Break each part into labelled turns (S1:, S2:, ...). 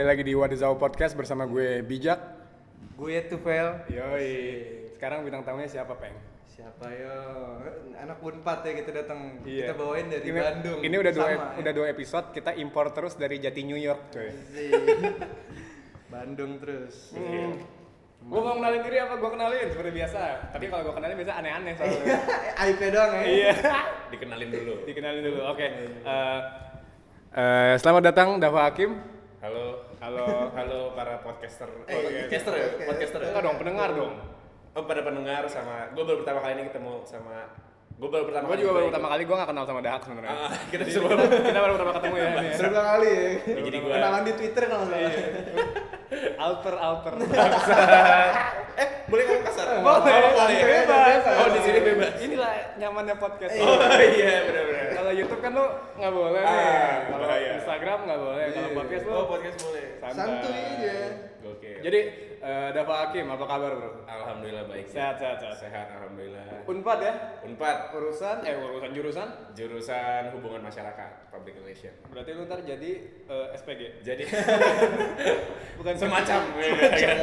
S1: Zau Podcast bersama gue Bijak.
S2: Gue
S1: ya
S2: Tufel.
S1: Yoi. Sekarang bintang tamunya siapa, Peng?
S2: Siapa yo? Anak Unpad ya kita datang.
S1: Iya.
S2: Kita bawain dari
S1: ini,
S2: Bandung.
S1: Ini udah dua e-
S2: Sama, ya.
S1: udah dua episode kita impor terus dari Jati New York, coy.
S2: Asik. Bandung terus.
S1: Iya. Gue mau kenalin diri apa gue kenalin seperti biasa. Tapi kalau gue kenalin biasa aneh-aneh soalnya.
S2: IP doang ya.
S1: Iya.
S3: Dikenalin dulu.
S1: Dikenalin dulu. Oke. Eh, eh, selamat datang Dafa Hakim.
S3: Halo,
S1: Halo.
S3: halo para podcaster.
S1: Iya,
S2: Eh,
S3: Oh, podcaster ya,
S2: podcast.
S3: podcaster.
S1: Enggak dong, pendengar dong.
S3: Oh, pada pendengar sama gue baru pertama kali ini ketemu sama gue baru pertama
S1: Gue
S3: kali
S1: juga baru
S3: baik.
S1: pertama kali gue gak kenal sama Dahak sebenarnya.
S3: Ah, kita
S1: Jadi,
S3: semua
S1: kita baru pertama ketemu ya. ini ya.
S2: Seru dua kali ya.
S1: Iya,
S3: Jadi gua-
S2: kenalan di Twitter kalau nggak salah.
S1: Alter alter.
S3: eh boleh ngomong kasar
S1: Boleh,
S3: kali ya?
S1: bebas.
S3: oh di sini bebas
S1: Inilah nyamannya podcast.
S3: oh iya benar-benar
S1: Kalau YouTube kan lo nggak boleh
S3: Ah,
S1: nih. Kalau
S3: bahaya.
S1: Instagram nggak boleh. Kalau podcast lo
S3: oh podcast boleh
S1: santai.
S2: Santuy aja.
S3: oke
S1: Jadi eh Dafa Hakim apa kabar bro?
S3: alhamdulillah baik ya.
S1: Sehat sehat sehat.
S3: sehat alhamdulillah
S1: Unpad ya?
S3: unpad
S1: Urusan eh urusan jurusan.
S3: jurusan hubungan masyarakat public relation
S1: Berarti lu ntar jadi eh, SPG.
S3: jadi
S1: Bukan
S3: semacam ya,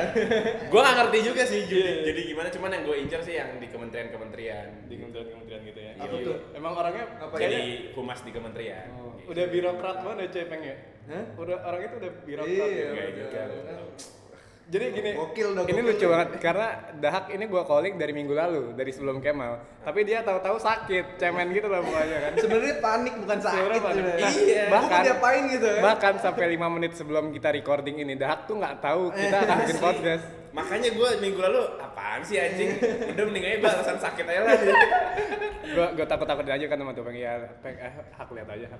S3: gue gak ngerti juga
S1: Iya,
S3: sih jadi, jadi gimana cuman yang gue incer sih yang di kementerian-kementerian
S1: di kementerian-kementerian gitu ya.
S3: Apa
S1: Iya.
S2: tuh?
S1: Emang orangnya
S2: Apa
S3: ya?
S1: kayaknya
S3: jadi humas di kementerian
S1: Oh, udah birokrat banget ya Coy, Peng ya?
S2: Hah?
S1: Udah orang itu udah birokrat. ya?
S2: Iya.
S3: Enggak
S2: bener.
S3: juga.
S1: Jadi gini,
S2: Gokil dah,
S1: ini
S2: gokil
S1: lucu
S2: dah.
S1: banget karena Dahak ini gua calling dari minggu lalu, dari sebelum Kemal. Tapi dia tahu-tahu sakit, cemen gitu lah pokoknya kan.
S2: Sebenarnya panik bukan sakit.
S1: Sebenarnya panik.
S2: sebenarnya.
S1: Iya.
S2: Bahkan
S1: Bahkan-
S2: diapain gitu ya.
S1: Bahkan sampai 5 menit sebelum kita recording ini, Dahak tuh nggak tahu kita akan
S2: Iya
S1: bikin podcast.
S3: Makanya gue minggu lalu apaan sih anjing? Udah mendingan aja balasan sakit aja lah.
S1: Gua gua takut-takutin aja kan sama tuh Peng ya. Peng eh, hak lihat aja. Hak.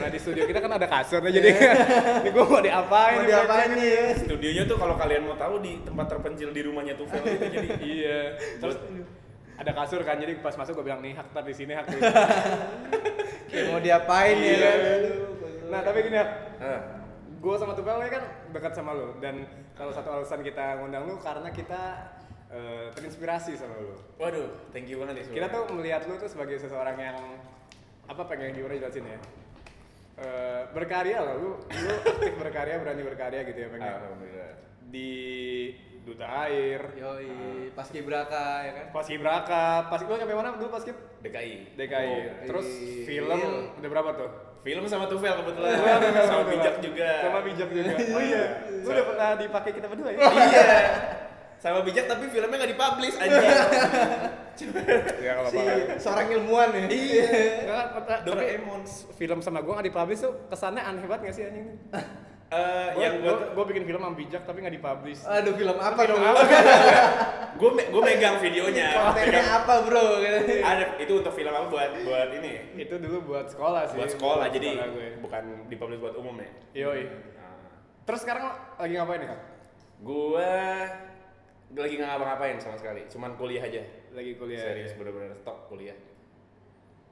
S1: Mana di studio kita kan ada kasur jadi ini gua mau diapain? nih,
S2: Iya. Mau
S1: Peng?
S2: diapain nih ya?
S1: gitu.
S3: Studionya tuh kalau kalian mau tahu di tempat terpencil di rumahnya tuh itu jadi
S1: iya terus ada kasur kan jadi pas masuk gue bilang nih hak tar di sini hak di sini."
S2: Kayak mau diapain ya
S1: Iya.
S2: kan.
S1: nah tapi gini hak
S3: Hah.
S1: gue sama Tupel ini kan dekat sama lo dan kalau satu alasan kita ngundang lu karena kita eh, terinspirasi sama lu
S3: Waduh, thank you banget ya
S1: kita
S3: semua.
S1: tuh melihat lu tuh sebagai seseorang yang apa pengen gimana jelasin ya Eh, berkarya lah lu lu aktif berkarya berani berkarya gitu ya
S3: Ah,
S1: pengen
S3: Alhamdulillah.
S1: di duta air
S2: Yoi, paski braka ya kan.
S1: pas kibraka pas gue sampai mana dulu pas Kib?
S3: DKI.
S1: DKI.
S3: Oh.
S1: Terus
S2: iya.
S1: film udah berapa tuh?
S3: Film sama Tufel kebetulan.
S1: Dua, dua, dua,
S3: sama
S1: dua.
S3: Bijak juga.
S1: Sama bijak juga. Oh iya. Lu udah pernah dipakai kita berdua ya?
S3: Iya. Sama Bijak tapi filmnya nggak dipublish anjing.
S1: Iya kalau
S2: Si seorang ilmuwan ya.
S3: Iya. Doraemon.
S1: film sama gue gak dipublish tuh kesannya aneh banget gak sih anjing?
S3: Eh, yang Oh.
S1: Yang
S3: gue
S1: gue bikin film sama bijak tapi gak dipublish.
S2: Aduh film apa dong?
S3: gue gue megang videonya.
S2: Kontennya
S3: Megang-
S2: apa bro?
S3: Ada itu untuk film apa buat buat ini
S1: Itu dulu Iya, buat sekolah sih.
S3: buat sekolah jadi
S1: gue.
S3: bukan dipublish buat umum ya
S1: Yoi. Terus sekarang lo lagi ngapain ya?
S3: gua lagi nggak ngapa-ngapain sama sekali cuman kuliah aja
S1: Lagi kuliah.
S3: serius bener-bener stop kuliah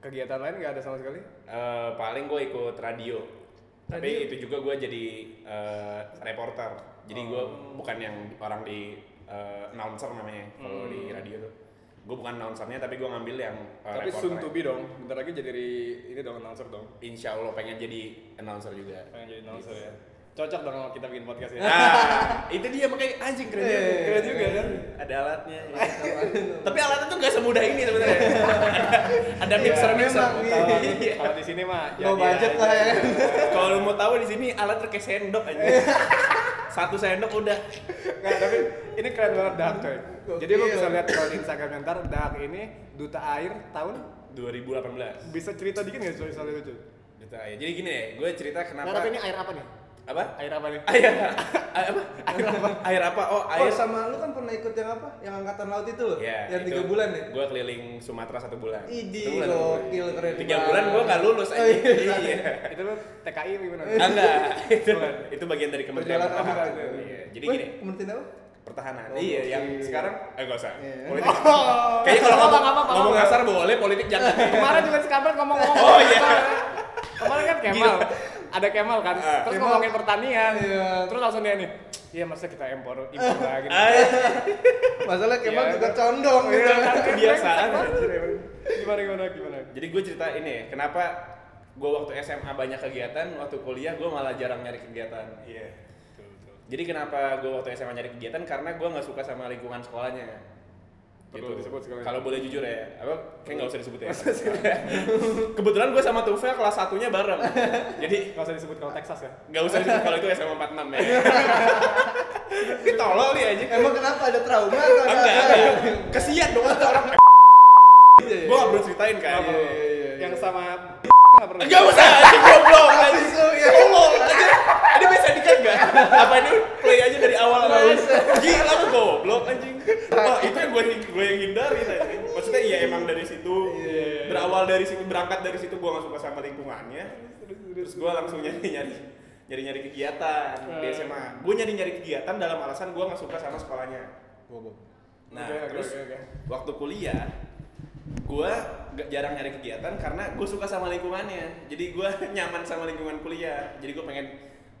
S1: Kegiatan lain gak ada sama sekali?
S3: Eh, paling gue ikut radio tapi itu juga gue jadi eh, reporter jadi gue bukan yang orang di eh, announcer namanya kalau di radio tuh gue bukan announcernya tapi gue ngambil yang eh,
S1: Tapi
S3: reporter
S1: soon to be dong. Bentar lagi jadi ini dong announcer dong.
S3: Insya Allah pengen jadi announcer juga
S1: pengen jadi announcer ya cocok dong kalau kita bikin podcast ya
S3: Nah, itu dia makanya anjing keren juga.
S2: Eh,
S1: keren juga kan?
S3: Ada alatnya. ya. Tapi alatnya tuh gak semudah ini sebenarnya. Ada mixer Iya, mixer.
S2: memang, iya.
S1: kalau kalau di sini mah
S2: Low budget lah ya.
S3: Kalau lu mau tahu di sini alatnya kayak sendok aja. Satu sendok udah.
S1: nggak tapi ini keren banget Dark coy jadi lo
S2: Gokil.
S1: bisa lihat kalau di Instagram ntar Dark ini duta air tahun
S3: 2018.
S1: bisa cerita dikit nggak soal soal itu
S3: Gitu aja. Jadi gini ya, gue cerita
S1: nah,
S3: kenapa
S1: tapi ini air apa nih
S3: apa?
S1: air apa nih
S3: Air apa? Air apa? Air apa? Oh,
S2: Oh
S3: air
S2: sama lu kan pernah ikut yang apa? Yang angkatan laut itu loh?
S3: Ya,
S2: yang tiga bulan ya?
S3: Gue keliling Sumatera satu bulan.
S2: Idi,
S3: Satu bulan, satu bulan.
S2: gokil, keren
S3: Tiga
S2: banget.
S3: bulan gue gak lulus
S2: Oh,
S3: aja.
S2: iya.
S3: Iya.
S1: itu lo TKI gimana
S3: Ah, enggak itu itu bagian dari kementerian
S2: Perjalanan
S3: pertahanan
S2: apa?
S3: iya jadi gini
S2: Weh, kementerian apa?
S3: pertahanan
S2: Oh,
S3: iya
S2: oke.
S3: yang sekarang eh gak usah
S2: Iya.
S3: politik
S1: Oh.
S3: kayaknya
S1: Nggak apa,
S3: kalau ngomong,
S1: nggak apa, nggak
S3: ngomong
S1: apa.
S3: kasar boleh politik jangan
S1: kemarin juga si Kabar ngomong-ngomong
S3: Oh, iya.
S1: kemarin kan Kemal ada Kemal kan
S3: Ah.
S1: terus
S2: Kemal.
S1: ngomongin pertanian
S2: Iya.
S1: terus langsung dia nih iya masa kita impor impor lagi
S3: Eh,
S2: Masalah Kemal
S1: Iya,
S2: juga
S1: iya.
S2: condong gitu.
S3: kebiasaan.
S1: gimana gimana gimana
S3: jadi gue cerita ini ya, kenapa gue waktu SMA banyak kegiatan waktu kuliah gue malah jarang nyari kegiatan
S1: iya
S3: Jadi kenapa gue waktu SMA nyari kegiatan karena gue nggak suka sama lingkungan sekolahnya. Gitu.
S1: Perlu disebut sekolahnya.
S3: Kalau boleh jujur ya, apa kayak nggak usah disebut ya. Kebetulan gue sama Tufel kelas satunya bareng. Jadi
S1: Gak usah disebut kalau Texas ya.
S3: nggak usah disebut kalau itu SMA 46 ya. Ini tolol nih aja.
S2: Emang kenapa ada trauma atau ada
S3: Enggak,
S2: apa?
S3: enggak. Kesian dong itu orang.
S2: Iya,
S3: Gue gak perlu ceritain kan.
S1: Apa? Yang sama nggak perlu.
S3: Enggak usah, anjing goblok. anjing.
S2: Isu ya.
S3: Tolong, anjing. Ini bisa dikat gak? Apa ini play aja dari awal lalu? Gila lu goblok anjing. Wah, itu yang gue gue yang hindari anjing. Maksudnya iya emang dari situ. Berawal dari situ, berangkat dari situ gue gak suka sama lingkungannya. Terus gue langsung nyari-nyari nyari-nyari kegiatan di
S1: Eh.
S3: SMA. Gue nyari-nyari kegiatan dalam alasan gue gak suka sama sekolahnya. Nah,
S1: Oke, oke,
S3: terus
S1: oke, oke.
S3: waktu kuliah gue jarang nyari kegiatan karena gue suka sama lingkungannya. Jadi gue nyaman sama lingkungan kuliah. Jadi gue pengen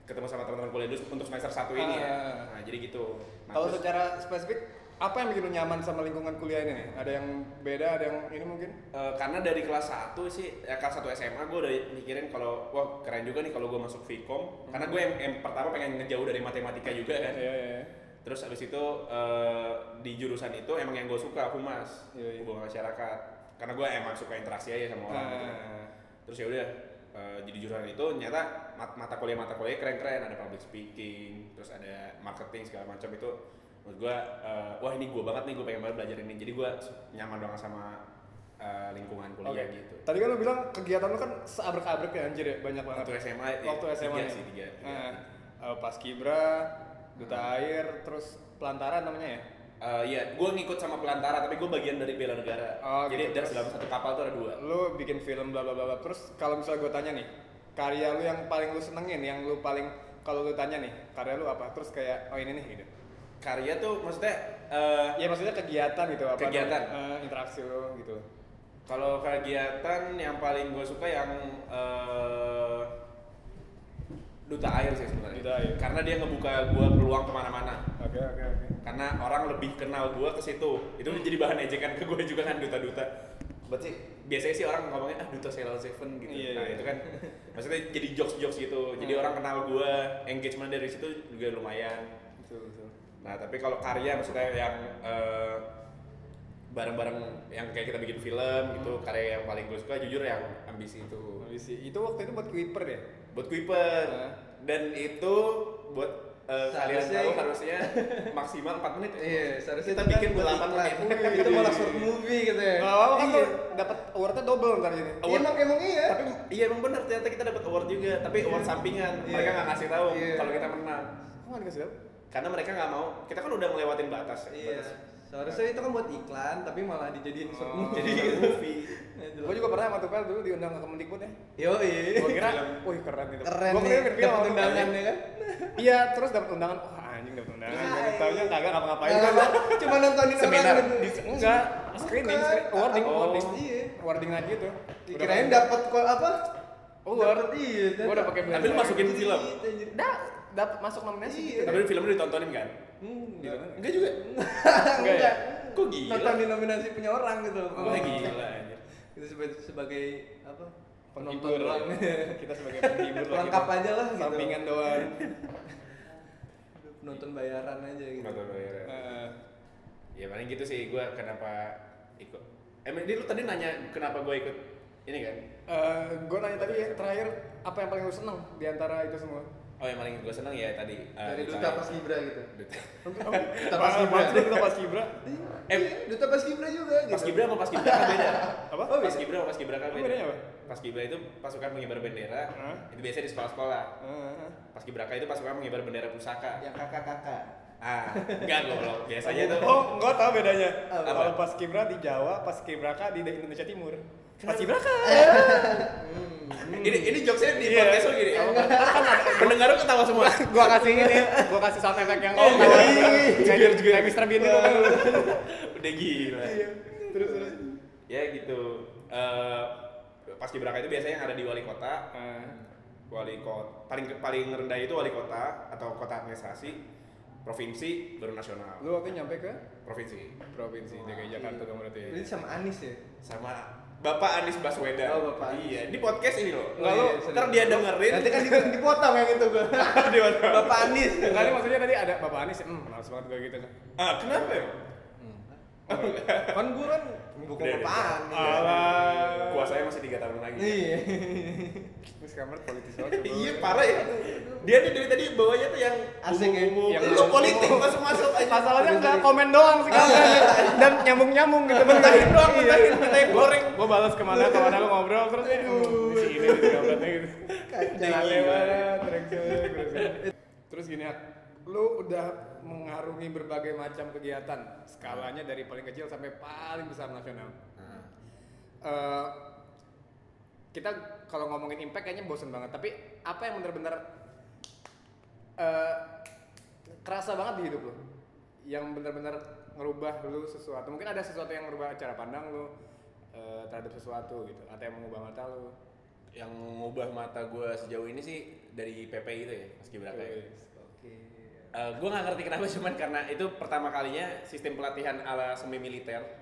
S3: ketemu sama teman-teman kuliah dulu untuk semester 1 ini ya.
S1: Ah.
S3: Nah, jadi gitu. Nah,
S1: Kalau
S3: terus-
S1: secara spesifik, apa yang bikin lu nyaman sama lingkungan kuliah ini? Ada yang beda, ada yang ini mungkin?
S3: Eh, karena dari kelas 1 sih ya, kelas 1 SMA gue udah mikirin kalau wah keren juga nih kalau gue masuk Vkom karena gue yang, yang pertama pengen ngejauh dari matematika juga kan
S1: Iya, iya, iya.
S3: terus abis itu eh, di jurusan itu emang yang gue suka humas
S1: Iya, iya.
S3: hubungan masyarakat karena gue emang suka interaksi aja sama orang gitu.
S1: Ah.
S3: terus ya udah eh, jadi jurusan itu ternyata mat- mata kuliah mata kuliah keren keren ada public speaking terus ada marketing segala macam itu menurut gue eh, wah ini gue banget nih gue pengen banget belajar ini jadi gue nyaman banget sama eh, lingkungan kuliah
S1: Oke.
S3: gitu
S1: Tadi kan lu bilang kegiatan lu kan seabrek-abrek ya anjir ya, banyak banget.
S3: waktu SMA eh,
S1: Waktu SMA
S3: tiga
S1: nih.
S3: sih tiga, Ah. tiga.
S1: Nah, eh, Paskibra, Duta Air, terus Pelantara namanya ya?
S3: Eh, iya, gue ngikut sama pelantara, tapi gue bagian dari bela negara.
S1: Oh, gitu.
S3: Jadi dari dalam satu kapal tuh ada dua.
S1: lu bikin film bla bla bla bla. terus kalau misalnya gue tanya nih karya lu yang paling lu senengin yang lu paling kalau lu tanya nih karya lu apa terus kayak oh ini nih gitu
S3: Karya tuh maksudnya eh,
S1: ya maksudnya kegiatan gitu apa
S3: Kegiatan.
S1: namanya, eh, interaksi lu gitu
S3: Kalau kegiatan yang paling gue suka yang eh, duta air sih sebenarnya.
S1: Duta Air.
S3: Karena dia ngebuka gue peluang kemana-mana.
S1: oke oke oke
S3: Karena orang lebih kenal gue ke situ. Itu
S1: Hmm.
S3: jadi bahan ejekan ke gue juga kan duta-duta. Berarti biasanya sih orang ngomongnya ah duta Sailor Seven gitu.
S1: Iya,
S3: nah
S1: iya.
S3: itu kan maksudnya jadi jokes-jokes gitu. Jadi
S1: Hmm.
S3: orang kenal gue, engagement dari situ juga lumayan.
S1: betul betul
S3: Nah, tapi kalau karya maksudnya yang eh, bareng-bareng yang kayak kita bikin film gitu,
S2: Hmm.
S3: karya yang paling gue suka jujur yang ambisi itu.
S1: Ambisi. itu waktu itu buat Kuiper ya? deh
S3: Buat Kuiper.
S1: Nah.
S3: Dan itu buat eh, kalian
S2: Seharusnya-
S3: tahu harusnya maksimal 4 menit. ya?
S2: Iya, seharusnya
S3: kita
S2: itu
S3: bikin gitu.
S2: kan buat
S3: delapan
S2: iklan.
S3: menit. Iya.
S2: Wih, Itu malah short movie gitu ya.
S1: kalau awal kan
S2: Iya.
S1: lu dapet awardnya double ntar jadi
S2: Iya, Emang emang iya.
S3: Tapi iya emang benar ternyata kita dapat award juga, tapi award sampingan.
S2: Iya.
S3: Mereka nggak ngasih tahu
S2: Iya.
S3: kalau kita menang.
S1: kok nggak dikasih tau
S3: Karena mereka nggak mau. Kita kan udah ngelewatin batas. ya,
S2: Iya.
S3: batas.
S2: Seharusnya itu kan buat iklan, tapi malah dijadiin short
S1: Oh.
S2: movie. Iya,
S3: Jadi gitu. movie.
S1: gue juga pernah sama Tupel dulu diundang ke Kemendikbud ya
S2: Yo,
S1: gue kira
S3: Film.
S1: wih keren gitu
S2: Iya. Keren
S1: gue
S2: nih.
S1: kira film
S2: Dapat
S1: waktu itu.
S2: undangan ya kan?
S1: iya terus dapet undangan wah anjing dapet undangan
S2: Hai.
S1: tahunya kagak ngapa-ngapain
S2: Nggak apa-apa, Cuma nontonin
S3: Seminar.
S2: orang. gitu.
S1: Dis- enggak screening
S2: Bukan.
S1: screen, awarding
S2: Iya. Oh,
S1: awarding
S2: iya.
S1: awarding aja tuh
S2: Dikirain dapat kok apa?
S1: Award.
S2: Dapet, iya.
S1: Gua udah pakai
S3: Tapi lu masukin
S2: Iya,
S3: film.
S2: anjir.
S1: dah dapat masuk nominasi gitu.
S2: Iya.
S3: Tapi filmnya ditontonin kan?
S1: Hmm,
S2: Enggak.
S3: Enggak juga.
S1: Enggak ya?
S2: Enggak.
S3: Kok gila?
S2: Nontonin nominasi punya orang gitu.
S3: Wah gila anjir.
S2: Itu sebagai sebagai apa? Penonton
S1: penghibur
S2: doang.
S1: kita sebagai penghibur lah
S2: Lengkap
S1: kita.
S2: aja lah gitu.
S1: sampingan doang
S2: Penonton bayaran aja gitu.
S3: Nonton bayaran.
S1: Eh,
S3: Ya paling gitu sih gue kenapa ikut. Emang ini lu tadi nanya kenapa gue ikut ini kan?
S1: eh, gue nanya tadi ya terakhir apa yang paling lu seneng di antara itu semua
S3: Oh yang paling gue seneng ya tadi. eh,
S2: Dari
S3: Duta
S2: duta
S3: Air.
S2: pas Gibra gitu.
S3: Duta.
S1: kita
S2: pas Kibra.
S1: kita pas kibra
S3: Eh.
S2: Eh, duta pas Gibra juga gitu.
S3: Pas Gibra sama Pas Gibra kan beda.
S1: Apa? Oh,
S3: Pas
S1: beda.
S3: Gibra sama Pas Gibra kan
S1: Apa
S3: beda.
S1: bedanya apa?
S3: Pas Gibra itu pasukan pengibar bendera.
S1: Hah?
S3: Itu biasanya di sekolah-sekolah.
S1: Eh,
S3: Pas Gibraka itu pasukan pengibar bendera pusaka.
S2: Yang kakak-kakak.
S3: Ah, enggak goblok. Biasanya itu
S1: Ya. Oh, enggak tahu bedanya.
S2: Apa?
S1: Kalau pas kibra di Jawa, pas kibraka di Indonesia Timur. Pas kibraka.
S3: ini ini jokesnya di
S1: Iya.
S3: podcast lu gini. Pendengar lu ketawa semua.
S1: gua kasih ini nih, gua kasih sound effect yang
S3: Oh,
S1: kayak-
S3: iya.
S1: kayak kayak Mr. Bean itu.
S3: Udah gila.
S1: Terus terus.
S3: ya gitu Eh pas Gibraka itu biasanya yang ada di wali kota
S1: Eh,
S3: wali kota paling paling rendah itu wali kota atau kota administrasi provinsi baru nasional
S1: Lu waktu nyampe ke
S3: provinsi
S1: provinsi DKI Jakarta dong berarti.
S2: Ini sama Anis ya.
S3: sama Bapak Anies Baswedan.
S2: Oh, Bapak Anies.
S3: Iya, di podcast ini loh. Enggak
S2: Oh,
S3: lo,
S2: iya, sorry.
S3: ntar dia dengerin.
S2: Nanti kan di- dipotong yang itu gue.
S3: Di mana?
S2: Bapak Anies.
S1: Tadi maksudnya tadi ada Bapak Anies, hmm, males banget gue gitu.
S3: Ah, kenapa ya?
S2: Kan gue kan bukan
S3: Udah,
S2: Bapak
S3: udah.
S2: Anies.
S1: Alah.
S3: Kuasanya masih 3 tahun lagi.
S2: Iya.
S1: Terus kamar politis banget.
S3: Iya, parah ya. Dia nih dari tadi bawahnya tuh yang
S2: Asing ya.
S3: umum-umum.
S1: Yang
S3: Lu politik masuk-masuk aja.
S1: Masalahnya nggak komen doang sih kan. Dan nyambung-nyambung gitu
S3: Mentahin doang,
S1: Iya.
S3: mentahin, mentahin goreng.
S1: Gue balas kemana kemana lu ngobrol terus eh, hmm, di sini di gambarnya gitu. Jangan lewat, terus, terus. Terus gini Hak. lu udah mengarungi berbagai macam kegiatan skalanya dari paling kecil sampai paling besar nasional. Eh, kita kalau ngomongin impact kayaknya bosen banget tapi apa yang benar-benar eh, kerasa banget di hidup lo yang benar-benar ngerubah lu sesuatu mungkin ada sesuatu yang merubah cara pandang lu eh, terhadap sesuatu gitu atau yang mengubah mata lu
S3: Yang mengubah mata gue sejauh ini sih dari PPI itu ya, Mas Gibraka. ya.
S2: Oke.
S3: Eh, gue nggak ngerti kenapa cuman karena itu pertama kalinya sistem pelatihan ala semi militer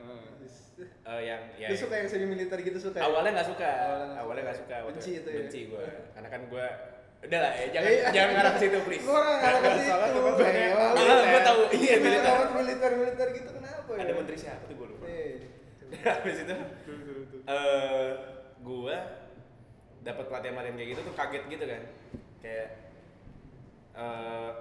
S3: eh, yang ya,
S2: Lu suka yang semi militer gitu suka? ya?
S3: awalnya nggak suka
S2: Awalnya nggak
S3: awalnya nggak
S2: suka.
S3: suka waktu
S2: Benci itu ya?
S3: benci gue karena kan gue udah lah ya jangan
S2: Iya.
S3: jangan ngarah ke situ please
S2: Gue orang ngarah ke situ.
S1: Salah tempat saya.
S2: Bang.
S3: Ah, gue tahu iya
S2: Kenapa
S3: militer
S2: militer militer gitu kenapa ya?
S3: ada menteri siapa tuh gue lupa
S2: Eh,
S3: habis itu eh gue dapat pelatihan pelatihan kayak gitu tuh kaget gitu kan kayak eh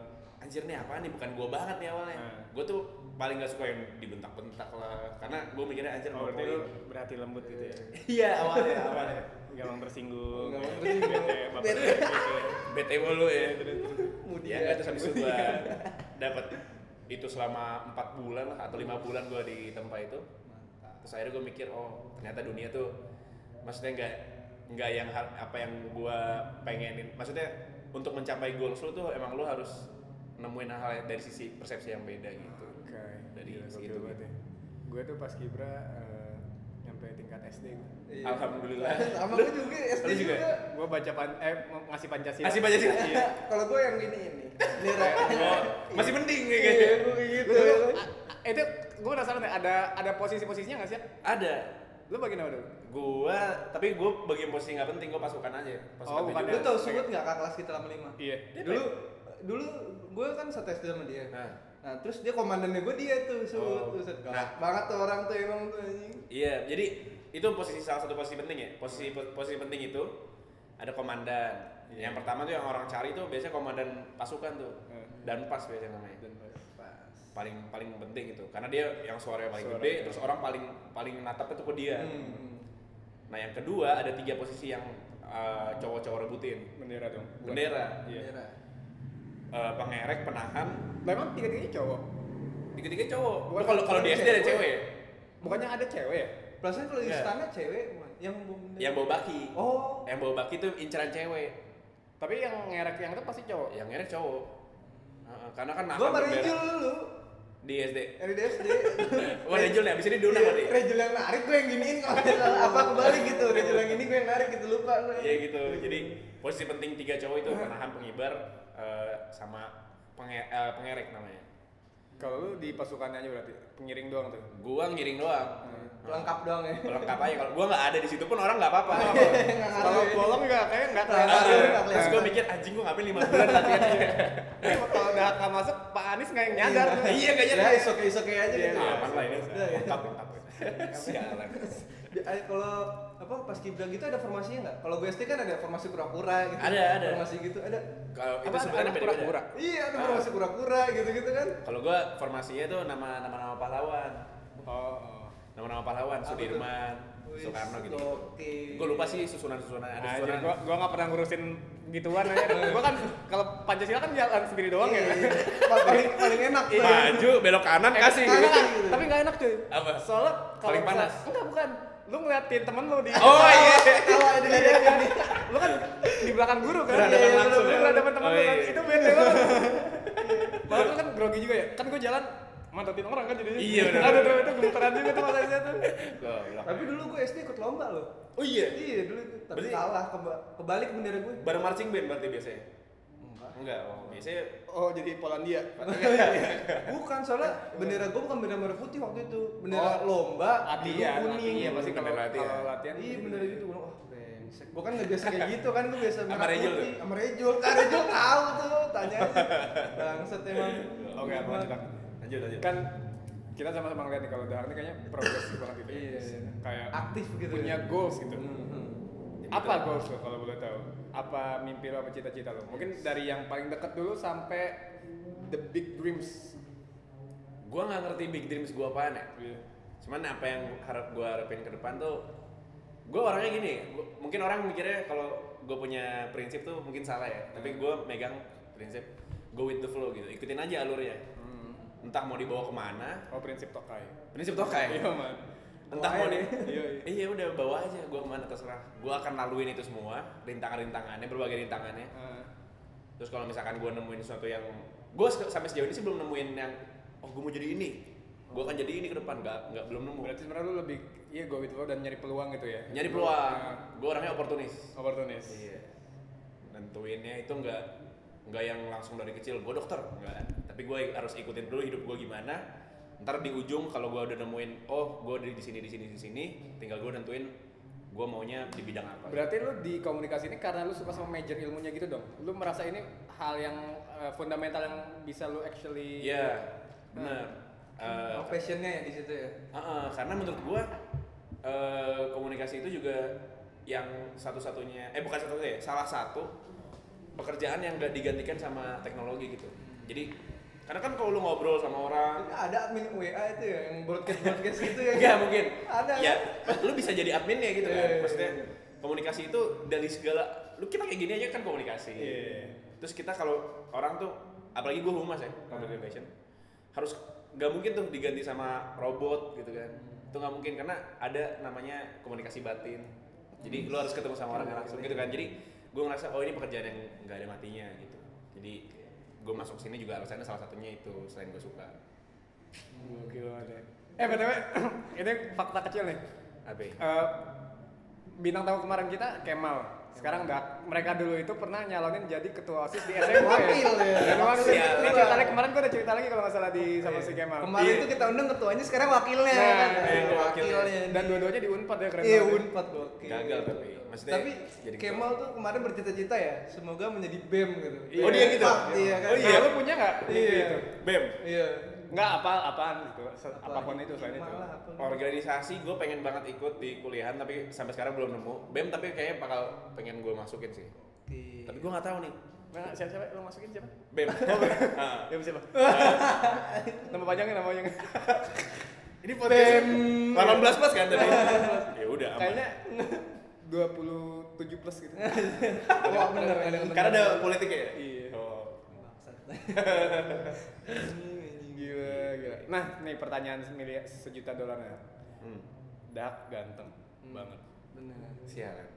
S3: anjir nih apa nih bukan gue banget nih awalnya
S1: Hmm.
S3: gue tuh paling gak suka yang dibentak-bentak lah karena gue mikirnya anjir
S1: oh,
S3: mau
S1: berarti lu
S3: poin
S1: berhati lembut gitu ya
S3: iya awalnya awalnya
S1: gampang tersinggung
S2: Gampang
S1: ya. Bete,
S2: tersinggung.
S1: baper
S2: Bete.
S1: gitu ya.
S3: bete mulu ya
S1: Iya.
S2: Mudian.
S3: ya nggak terus habis itu gue dapat itu selama empat bulan lah atau lima bulan gue di tempat itu
S2: Mantap.
S3: terus akhirnya gue mikir oh ternyata dunia tuh maksudnya nggak nggak yang har- apa yang gue pengenin maksudnya untuk mencapai goals lu tuh emang lu harus nemuin hal yang dari sisi persepsi yang beda gitu
S1: Oke,
S3: Dari
S1: gila,
S3: situ
S1: gokil banget
S3: gitu.
S1: ya. Gue tuh pas Kibra eh, nyampe tingkat SD gue.
S2: Iya.
S3: alhamdulillah
S2: Sama gue juga SD
S3: lu juga
S2: juga.
S3: ya?
S1: Gue baca pan eh ngasih Pancasila.
S3: Ngasih Pancasila?
S1: Iya.
S2: Kalau gue yang ini ini. Ini
S3: Oh, masih mending kan? nih
S2: Iya,
S3: kayaknya
S2: gue kayak gitu.
S1: Lu tuh, a- a- itu gue penasaran deh, ada ada posisi-posisinya nggak sih?
S3: ada
S1: Lu bagian apa dulu?
S3: gua tapi gua bagian posisi nggak penting gua pasukan aja pasukan
S1: Oh, bukan
S3: tujuh.
S2: Lu tau Subut nggak kakak kelas kita lama lima?
S1: Iya.
S2: Dulu dulu gue kan satu SD sama dia.
S3: Nah.
S2: Nah, terus dia komandannya gue dia tuh,
S3: Oh.
S2: Subut. Buset, galak
S3: Nah.
S2: banget tuh orang tuh emang tuh anjing.
S3: iya jadi itu posisi salah satu posisi penting ya posisi po- posisi penting itu ada komandan
S2: Iya.
S3: yang pertama tuh yang orang cari tuh biasanya komandan pasukan tuh
S1: Hmm.
S3: dan pas biasanya namanya
S2: Pas.
S3: paling paling penting itu karena dia yang suaranya paling
S1: Suara,
S3: gede
S1: ya.
S3: terus orang paling paling natapnya tuh ke dia
S2: Hmm.
S3: nah yang kedua ada tiga posisi yang eh, cowok-cowok rebutin
S1: Bendera dong.
S3: bendera
S1: Iya.
S2: Merah.
S3: eh, pengerek penahan
S1: Lah emang tiga-tiganya cowok.
S3: tiga-tiga cowok
S2: Bukan
S3: Lu kalau kalau di
S2: cowok,
S3: SD ada
S2: cewek.
S3: cewek ya?
S1: Bukannya ada cewek ya?
S2: Perasaan kalau di
S3: Iya.
S2: istana cewek bukan? yang bawa bendera.
S3: yang bawa baki
S2: Oh.
S3: yang bawa baki tuh inceran cewek
S1: Tapi yang ngerek yang itu pasti cowok.
S3: yang ngerek cowok Heeh, karena kan nakal
S2: Gue sama
S3: berbeda.
S2: Rejul dulu.
S3: di SD
S2: Yang di SD.
S3: wah Oh, Rejul nih abis ini diundang
S2: Iya,
S3: berarti
S2: Rejul yang narik gue yang giniin kalau nggak salah. apa kebalik gitu. Rejul yang ini gue yang narik gitu lupa gue.
S3: ya gitu jadi posisi penting tiga cowok itu penahan pengibar eh, sama penge- eh, pengerek namanya
S1: Kalau lu di pasukannya aja berarti pengiring doang tuh.
S3: gua ngiring doang
S2: Lengkap doang ya.
S3: lengkap aja kalau gua nggak ada di situ pun orang nggak apa-apa
S2: Nggak ngaruh
S1: Kalau
S2: ya.
S1: bolong nggak kayaknya nggak
S2: Iya. Nggak
S3: Ah,
S1: terasa.
S2: ngaruh, nggak
S3: terus gua mikir anjing gua ngapain lima bulan latihan
S1: Tapi Kalau udah nggak masuk Pak Anies nggak yang nyadar.
S3: iya kayaknya
S2: Ya, isoke isoke aja
S1: Iya,
S2: gitu.
S1: iya.
S3: aman lah ini
S2: Udah, ya.
S3: lengkap lengkap sialan
S2: Di- eh, Kalau apa pas kibra gitu ada formasinya nggak? Kalau gue SD kan ada formasi kura-kura gitu.
S3: Ada, ada.
S2: Formasi gitu ada.
S3: kalau itu
S1: Apa
S3: sebenarnya beda-beda Ah.
S1: pura-pura?
S2: Iya ada formasi kura-kura gitu-gitu kan.
S3: kalau gua formasinya tuh nama nama nama pahlawan
S1: Oh, oh.
S3: nama-nama pahlawan
S2: Apa
S3: Sudirman Soekarno gitu
S2: Oke. Iya.
S3: gue lupa sih susunan susunan ada
S1: Anjir,
S3: susunan
S1: Nah, gua gua nggak pernah ngurusin gituan aja. gua kan kalau Pancasila kan jalan sendiri doang ya.
S3: Iya.
S2: Paling paling enak. tuh.
S3: maju belok kanan kasih
S1: Nggak, nggak, nggak. tapi nggak enak cuy.
S3: Apa?
S1: Soalnya kalau
S3: Paling panas?
S1: misal- Enggak bukan. Lu ngeliatin temen lu di
S3: oh iya
S2: Tawa ada ada ada.
S1: lu kan di belakang guru kan.
S3: Berhadapan
S1: Iya, iya,
S3: langsung
S1: lu
S3: ya.
S1: Berhadapan temen
S3: Oh,
S1: lu kan.
S3: iya.
S1: Itu bete banget. Malah lu kan grogi juga ya. Kan gua jalan mantatin orang kan jadinya.
S3: Iya, benar.
S1: Aduh, aduh, itu gemeteran juga tuh masanya tuh.
S3: Goblok.
S2: Tapi dulu gue SD ikut lomba loh.
S3: oh iya
S2: Iya dulu ikut. tapi
S3: Berarti-
S2: kalah keba- kebalik bendera gue.
S3: bareng marching band berarti biasanya
S2: Enggak.
S3: Enggak, oh, biasanya
S1: Oh jadi Polandia. iya,
S2: bukan soalnya bendera gue bukan bendera merah putih waktu itu bendera lomba
S1: Oh, Latihan,
S2: biru kuning
S1: latihan, Iya, pasti
S3: bendera
S1: kalau
S3: latihan.
S1: kalau latihan.
S2: iya bendera gitu gue bilang, wah brengsek gue kan nggak biasa kayak gitu kan gue biasa merah
S3: Rejul
S2: putih.
S3: tuh?
S2: sama Rejul kan Rejul tahu tuh tanya aja bangsat emang
S1: Oke, aku lanjut. Kak.
S3: lanjut lanjut.
S1: Kan kita sama-sama ngeliat nih kalau Dahar ini kayaknya progresif banget gitu. ya.
S2: Iya, iya.
S1: Kayak
S2: aktif gitu
S1: punya
S2: ya.
S1: goals gitu.
S2: Hmm.
S1: Apa goals lo kalau boleh tahu? Apa mimpi lo apa cita-cita lo? Mungkin dari yang paling deket dulu sampai the big dreams.
S3: Gua nggak ngerti big dreams gua apaan ya.
S1: Iya.
S3: Cuman apa yang harap gua harapin ke depan tuh gua orangnya gini, gua- mungkin orang mikirnya kalau gua punya prinsip tuh mungkin salah ya. Tapi gua megang prinsip go with the flow gitu. Ikutin aja alurnya. Entah mau dibawa kemana,
S1: Hmm. Oh prinsip tokai.
S3: prinsip tokai.
S1: Iya man.
S3: Entah
S2: Bawa
S3: mau
S2: aja
S3: nih.
S1: nih. Iya, iya.
S3: Iya udah bawa aja gua kemana terserah. Gua akan laluin itu semua, rintangan-rintangannya, berbagai rintangannya.
S1: Ah.
S3: Terus kalau misalkan gue nemuin sesuatu yang gue sampai sejauh ini sih belum nemuin yang oh gue mau jadi ini. Gue akan jadi ini ke depan nggak nggak belum nemu.
S1: Berarti sebenarnya lo lebih iya go with the flow dan nyari peluang gitu ya?
S3: Nyari peluang.
S1: Ah,
S3: Gue orangnya oportunis.
S1: Opportunist.
S3: Iya. Nentuinnya itu nggak nggak yang langsung dari kecil gue dokter nggak. Tapi gue harus ikutin dulu hidup gue gimana. Ntar di ujung kalau gue udah nemuin oh gue di sini di sini di sini, tinggal gue nentuin gue maunya di bidang apa.
S1: Berarti lu di komunikasi ini karena lu suka sama major ilmunya gitu dong. Lu merasa ini hal yang eh, fundamental yang bisa lu actually
S3: Iya, benar. Eh,
S2: Oh, passionnya ya di situ ya
S3: Heeh, karena menurut gua eh, komunikasi itu juga yang satu-satunya eh bukan satu-satunya ya, salah satu pekerjaan yang gak digantikan sama teknologi gitu. Jadi karena kan kalau lu ngobrol sama orang
S2: Tapi ada admin WA itu ya yang broadcast broadcast gitu ya
S3: enggak mungkin.
S2: ada kan?
S3: Ya, lu bisa jadi adminnya gitu
S2: Iya, iya,
S3: kan. Maksudnya
S2: iya.
S3: komunikasi itu dari segala lu kita kayak gini aja kan komunikasi.
S2: Iya,
S3: Terus kita kalau orang tuh apalagi gue humas
S2: Iya.
S3: ya, public relation. Harus nggak mungkin tuh diganti sama robot gitu kan.
S2: Hmm.
S3: Itu nggak mungkin karena ada namanya komunikasi batin.
S2: Hmm.
S3: Jadi lu harus ketemu sama orang langsung gitu
S2: Iya,
S3: kan. Jadi gue ngerasa oh ini pekerjaan yang nggak ada matinya gitu. Jadi gue masuk sini juga alasannya salah satunya itu selain gue suka.
S1: Gokil banget ya. Eh btw, ini fakta kecil nih.
S3: Apa? ya?
S1: Eh, bintang tamu kemarin kita Kemal. Sekarang dak. Mereka dulu itu pernah nyalonin jadi ketua osis di SMP.
S2: Wakil ya.
S1: Dan wakil.
S3: Sial.
S1: Ini cerita lagi kemarin gua ada cerita lagi kalau nggak salah di sama si Kemal.
S2: kemarin
S3: Iya.
S2: itu kita undang ketuanya sekarang wakilnya
S1: Nah,
S2: kan?
S1: iya,
S3: itu wakilnya.
S1: Dan dua-duanya di Unpad ya keren
S2: Iya,
S1: banget ya.
S2: unpad gokil.
S3: Gagal tapi. Maksudnya
S2: tapi
S3: jadi
S2: Kemal tuh kemarin bercita-cita ya, semoga menjadi BEM gitu.
S1: Oh, dia
S3: gitu?
S2: Pak, Iya kan.
S1: Oh iya,
S3: Iya.
S1: lu punya nggak? mimpi
S2: Iya.
S1: itu?
S3: Bem,
S2: Iya.
S1: Nggak apa apaan gitu, se-
S2: Apalagi
S1: apapun itu selain itu.
S2: Kemal lah, apa-
S3: organisasi gue pengen banget ikut di kuliahan tapi sampai sekarang belum nemu. Bem tapi kayaknya bakal pengen gue masukin sih.
S2: Gokil.
S3: Tapi gue nggak tahu nih.
S1: Nah, siapa siapa lu masukin siapa?
S3: Bem. Ah.
S1: Ya siapa? nama panjangnya nama panjangnya.
S3: Ini podcast 18 plus kan tadi. ya udah aman.
S1: Kayaknya 27 plus gitu.
S2: Wah, Oh, bener ada
S3: Karena ada politik ya.
S1: Iya.
S3: Oh.
S1: gila, gila. Nah, nih pertanyaan semiliar sejuta dolarnya.
S3: Hmm.
S1: Dak ganteng banget.
S2: Bener.
S3: Sialan.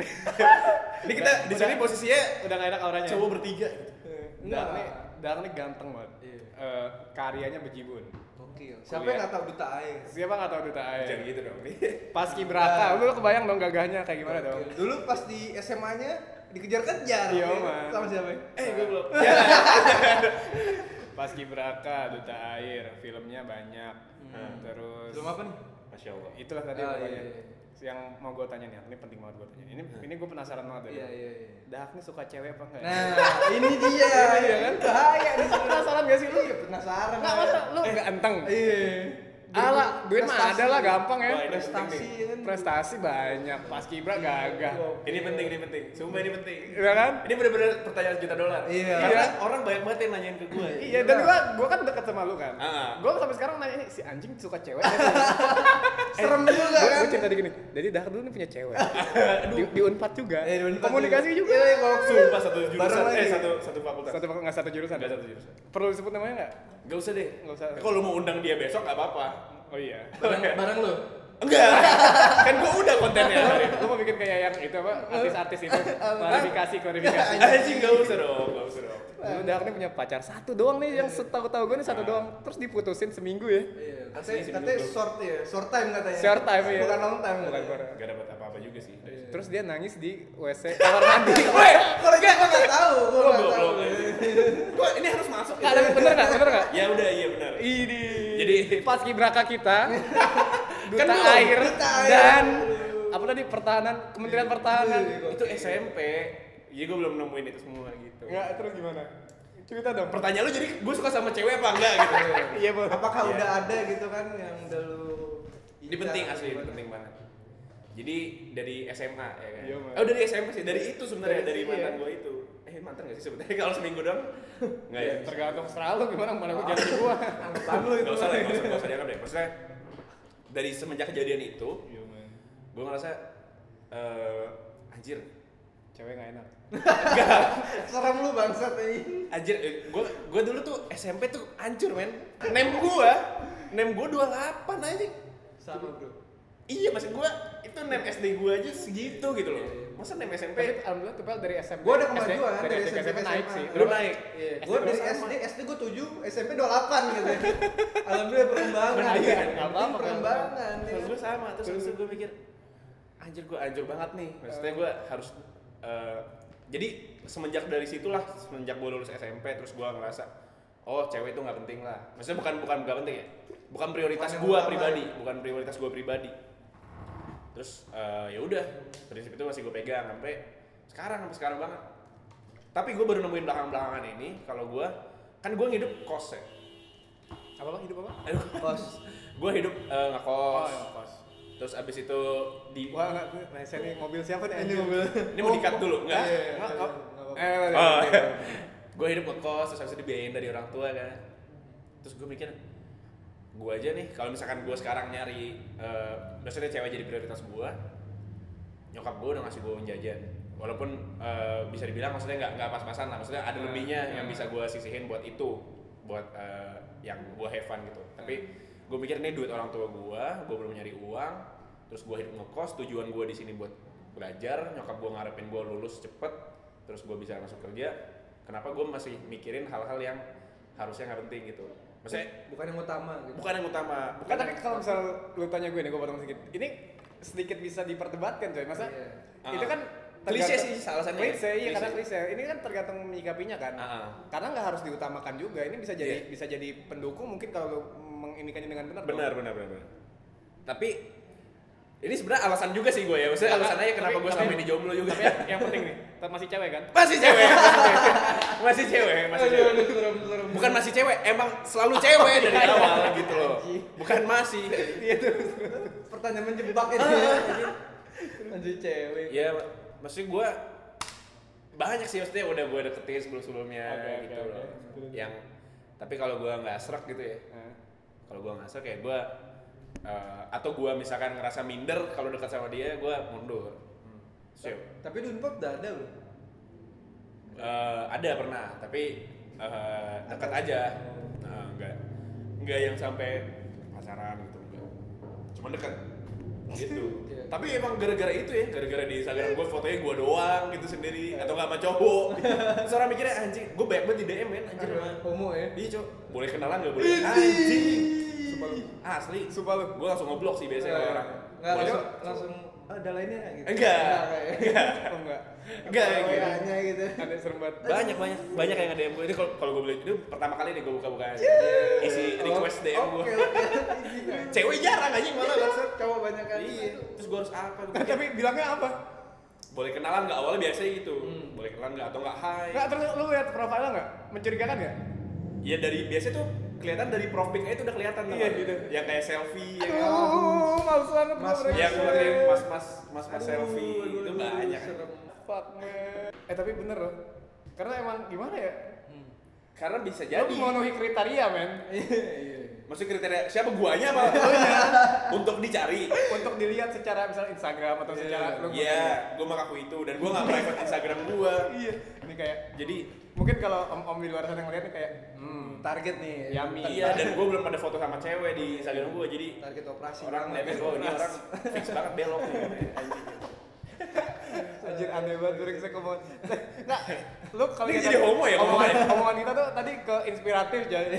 S3: Ini kita di sini posisinya
S1: Udah gak enak auranya.
S3: cowok bertiga.
S1: Dak
S2: Enggak.
S1: nih, Dak nih ganteng banget.
S2: Iya.
S1: Eh, karyanya bejibun.
S2: Gokil. Siapa yang nggak tahu duta E? air?
S1: Siapa nggak tahu duta air?
S3: Jangan gitu dong.
S1: Paski Braka, lu kebayang dong gagahnya kayak gimana dong?
S2: Gokil. Dulu pas di SMA-nya dikejar-kejar.
S1: Iya,
S2: ya.
S1: Man.
S2: Sama siapa?
S3: eh, gue belum.
S1: Paski Braka, Duta Air, filmnya banyak.
S3: Hmm.
S1: Terus
S2: Belum apa nih?
S3: Masya Allah.
S1: Itulah tadi
S2: Oh, iya,
S1: pokoknya.
S2: iya. Hmm.
S1: Yang mau gue tanya nih, ini penting banget gue tanya. Ini ini gue penasaran banget tadi.
S2: Iya, iya, iya.
S1: Dahak nih suka cewek apa enggak?
S2: Nah, ini dia.
S1: Ini dia kan?
S2: Bahaya nih.
S1: penasaran gak sih lu?
S2: Iya, penasaran.
S1: Enggak masa lu Eh, enggak enteng.
S2: Iya.
S1: Ala, duit mah
S2: Prestasi.
S1: ada lah gampang ya.
S3: Wah, ini
S2: Prestasi
S3: penting
S2: kan.
S1: Prestasi banyak, Paski
S2: Iya,
S1: Braka gagah.
S3: Ini penting, ini penting. Sumpah ini penting.
S1: Iya kan?
S3: Ini bener-bener pertanyaan juta dolar.
S2: Iya.
S3: Karena orang banyak banget yang nanyain ke gue.
S1: Iya, dan gua gua kan deket sama lu kan.
S3: Ah.
S1: Gua sampai sekarang nanya "Eh, si anjing suka cewek.
S2: Eh, Serem juga
S1: Gua-
S2: kan?
S1: Gua cerita di gini. Jadi Dahar dulu nih punya cewek. di, di Unpad juga.
S2: Eh, di Unpad
S1: Komunikasi juga.
S2: Iya, iya, kalau
S3: Sumpah satu jurusan,
S2: Bareng lagi.
S3: eh satu satu fakultas.
S1: Satu enggak satu jurusan.
S3: Nggak satu jurusan.
S1: Perlu disebut namanya enggak?
S3: Gak usah deh.
S1: Nggak usah.
S3: Kalau lu mau undang dia besok gak apa-apa.
S1: Oh iya.
S2: Bareng, bareng lu.
S3: Enggak. kan gua udah kontennya.
S1: Lu mau bikin kayak yang itu apa? Artis-artis itu. Klarifikasi, klarifikasi.
S3: Anjing enggak Eh, usah dong, enggak usah dong.
S1: Lu udah nih punya pacar satu doang nih yang setahu-tahu gue nih satu doang. Terus diputusin seminggu ya.
S2: Iya,
S3: Asli
S2: katanya,
S3: sih
S2: katanya
S3: menurut
S2: short ya, short time katanya.
S1: Short time, iya.
S2: Bukan long time.
S1: Bukan
S2: katanya.
S1: korek.
S3: Enggak dapat apa-apa juga sih. dari situ.
S1: Terus dia nangis di WC kamar mandi.
S3: Weh,
S2: Kalau gue gua nggak tahu, gua
S3: gua
S2: nggak tahu. iya.
S3: goblok. Gua ini harus masuk.
S1: Nggak, tapi bener nggak? Bener nggak?
S3: Ya udah, iya benar.
S1: Ini.
S3: Jadi
S1: pas kibraka kita duta
S3: Kan belum,
S1: air Iya.
S2: duta air.
S1: dan apa tadi pertahanan Kementerian Pertahanan.
S3: itu SMP. Jadi Iya, gua belum nemuin itu semua gitu.
S1: Enggak, terus gimana? Cerita dong.
S3: Pertanyaan lu jadi gua suka sama cewek apa enggak gitu.
S1: Iya, Bu.
S2: Apakah
S3: Iya.
S2: udah ada gitu kan yang udah lu
S3: Ini penting asli,
S2: iya,
S3: ini penting banget. Jadi dari SMA ya kan.
S1: Iya, Mas.
S3: oh dari SMP sih, dari itu sebenarnya dari,
S1: Dari-
S3: mantan
S1: iya.
S3: gua itu. Eh mantan gak sih sebenarnya kalau seminggu dong? Enggak
S1: Iya,
S3: ya.
S1: Tergantung serah lu gimana mana gua jadi gua.
S2: Angkatan lu itu.
S3: Gak usah lah, gak usah, gak usah dianggap deh. Maksudnya dari semenjak kejadian itu,
S1: Iya, man.
S3: gua ngerasa eh anjir,
S1: Cewek enggak enak.
S2: Serem lu bangsat iya. ini.
S3: anjir. eh, Gua gua dulu tuh SMP tuh hancur men. Nem gua, nem gua 28 anjing.
S2: Sama bro.
S3: Iya maksud gua itu nem SD gua aja segitu gitu loh. Masa nem SMP?
S1: Tapi alhamdulillah tuh Pel, dari SMP.
S2: Gua ada
S1: SD
S2: kemajuan
S1: dari
S2: dari
S1: SMP ke
S2: SMP
S1: SMA naik
S2: SMA.
S1: sih.
S3: Lu naik.
S2: Iya,
S1: SD
S2: gua dari
S1: sama.
S2: SD, SD gua 7, SMP 28 gitu. Alhamdulillah perkembangan.
S1: Benar,
S2: Iya,
S1: iya. Nggak apa-apa,
S2: perkembangan. ya.
S3: Terus gue sama, terus habis itu gue mikir Anjir gue anjur banget nih Maksudnya gue harus eh, Jadi semenjak dari situlah Semenjak gue lulus SMP terus gue ngerasa Oh cewek itu gak penting lah Maksudnya bukan bukan gak penting ya Bukan prioritas
S2: Bukan yang ya?
S3: gue
S2: utama
S3: pribadi Bukan prioritas gue pribadi Terus eh, ya udah Prinsip itu masih gue pegang sampai sekarang sampai sekarang banget Tapi gue baru nemuin belakang-belakangan ini Kalau gue Kan gue hidup kos ya
S1: Apa apa hidup apa?
S3: Aduh,
S2: Kos. Oh, iya.
S3: gue hidup eh, ngekos
S1: pas.
S3: Terus abis itu di
S1: Wah, enggak nah, saya nih mobil siapa nih?
S2: Ini
S1: anjing?
S2: mobil.
S3: ini mau dikat dulu enggak?
S2: Iya,
S1: Nggak,
S2: iya, iya.
S1: nggak.
S2: Nggak apa-apa.
S1: Eh, boleh,
S3: Oh,
S1: boleh, boleh.
S3: gue hidup ngekos terus abis itu dibiayain dari orang tua kan. Terus gue mikir gue aja nih kalau misalkan gue sekarang nyari eh, maksudnya cewek jadi prioritas gue nyokap gue udah ngasih gue uang jajan walaupun eh, bisa dibilang maksudnya nggak nggak pas-pasan lah maksudnya ada lebihnya yang bisa gue sisihin buat itu buat eh, yang gue have fun gitu
S1: Hmm.
S3: tapi gue mikir ini duit orang tua gue gue belum nyari uang terus gue hidup ngekos tujuan gue di sini buat belajar nyokap gue ngarepin gue lulus cepet terus gue bisa langsung kerja kenapa gue masih mikirin hal-hal yang harusnya nggak penting gitu maksudnya
S2: Bukan yang utama gitu.
S3: bukan yang utama
S1: Kan
S3: bukan
S1: tapi kalau misal lu tanya gue nih, gue potong sedikit. Ini sedikit bisa diperdebatkan coy, masa?
S2: Iya.
S1: Itu kan
S3: Ah, Klise
S1: tergantung-
S3: sih alasannya.
S1: Klise, iya
S3: Klise.
S1: karena klise. Ini kan tergantung menyikapinya kan.
S3: Ah.
S1: Karena nggak harus diutamakan juga. Ini bisa jadi
S3: Iya.
S1: bisa jadi pendukung mungkin kalau lu menginikannya dengan benar. dong.
S3: benar benar benar benar. tapi ini sebenarnya alasan juga sih gue ya maksudnya alasannya kenapa
S1: Tapi-
S3: gue
S1: tapi-
S3: sampai di jomblo juga
S1: Tapi yang, yang penting nih, tetap masih cewek kan?
S3: masih cewek masih cewek masih
S2: Aduh,
S3: cewek
S2: aduh, serem, serem.
S3: bukan masih cewek emang selalu cewek dari
S1: iya.
S3: awal gitu loh
S2: Anjing.
S3: bukan masih
S2: Pertanyaan menjebak ini. Lanjut cewek.
S3: ya maksudnya gue banyak sih maksudnya udah gue deketin sebelum sebelumnya
S1: Oke, oke,
S3: gitu
S1: oke.
S3: loh yang tapi kalau gue nggak serak gitu ya
S1: Nah.
S3: kalau gue ngerasa kayak gue ya eh, atau gue misalkan ngerasa minder kalau dekat sama dia gue mundur siap
S2: Tapi di Unpad udah ada bro.
S3: Eh, ada pernah tapi eh, dekat aja nah, enggak enggak yang sampai pacaran gitu enggak cuma dekat gitu
S2: Iya.
S3: tapi emang gara-gara itu ya gara-gara di Instagram gue fotonya gue doang gitu sendiri atau nggak sama cowok terus orang mikirnya anjing gue banyak banget di DM men anjir sama
S2: Homo ya.
S3: iya cowok boleh kenalan nggak boleh anjing Sumpah lu. asli
S1: Sumpah lu.
S3: gue langsung ngeblok sih biasanya
S2: Nggak,
S3: orang
S2: Iya, nggak,
S3: Boleh
S2: langsung,
S3: nggak?
S2: langsung ada lainnya nggak gitu.
S3: Enggak.
S2: Enggak.
S1: Oh enggak.
S3: enggak gitu.
S2: Enggak gitu.
S1: Ada serem banget.
S3: banyak banyak banyak yang nge-DM gue ini kalau kalau gue beli itu pertama kali nih gue buka-bukaan isi request DM gue
S2: Oh, Oke, oke. Iya.
S3: cewek jarang aja malah
S2: Bangsat, cowok banyak kan.
S3: iya terus gue harus apa Gua
S1: Nah, Tapi
S3: pikir,
S1: bilangnya apa?
S3: boleh kenalan nggak awalnya biasanya gitu
S1: Hmm.
S3: boleh kenalan nggak atau nggak hai
S1: Enggak, terus lu lihat profilnya nggak? Mencurigakan nggak?
S3: ya dari biasanya tuh kelihatan dari profil aja tuh udah kelihatan
S1: Iya,
S3: kan?
S1: gitu.
S3: yang kayak selfie yang kayak-
S1: Aduh, Oh, males banget iya, gua
S2: Mas,
S1: mereka.
S3: yang yang mas mas mas mas
S2: Aduh,
S3: selfie
S2: aduh,
S3: itu
S2: aduh,
S3: banyak
S2: serem.
S1: Fuck man. Eh tapi bener loh. Karena emang gimana ya?
S3: karena bisa
S1: Lu
S3: jadi
S1: memenuhi kriteria men.
S2: Iya, iya.
S3: Maksudnya kriteria siapa guanya apa
S1: Oh,
S3: lonya
S1: iya.
S3: untuk dicari.
S1: Untuk dilihat secara misalnya Instagram atau secara Iya, lu
S3: Iya, gue mah ngaku itu dan gue nggak private Instagram gue.
S1: Iya. Ini kayak
S3: Jadi
S1: mungkin kalau om-om di luar sana ngeliat nih kayak hmm,
S2: Target nih.
S1: Yummy.
S3: iya dan gue belum ada foto sama cewek di Instagram gue jadi
S2: Target operasi.
S3: orang lihat oh ini orang fix banget belok nih. Anjing.
S1: Anjir aneh banget sering saya ngomong. Nah, lu kalau
S3: Ini
S1: kita-
S3: jadi homo ya,
S1: omongan,
S3: omongannya?
S1: omongan kita tuh tadi ke inspiratif jadi.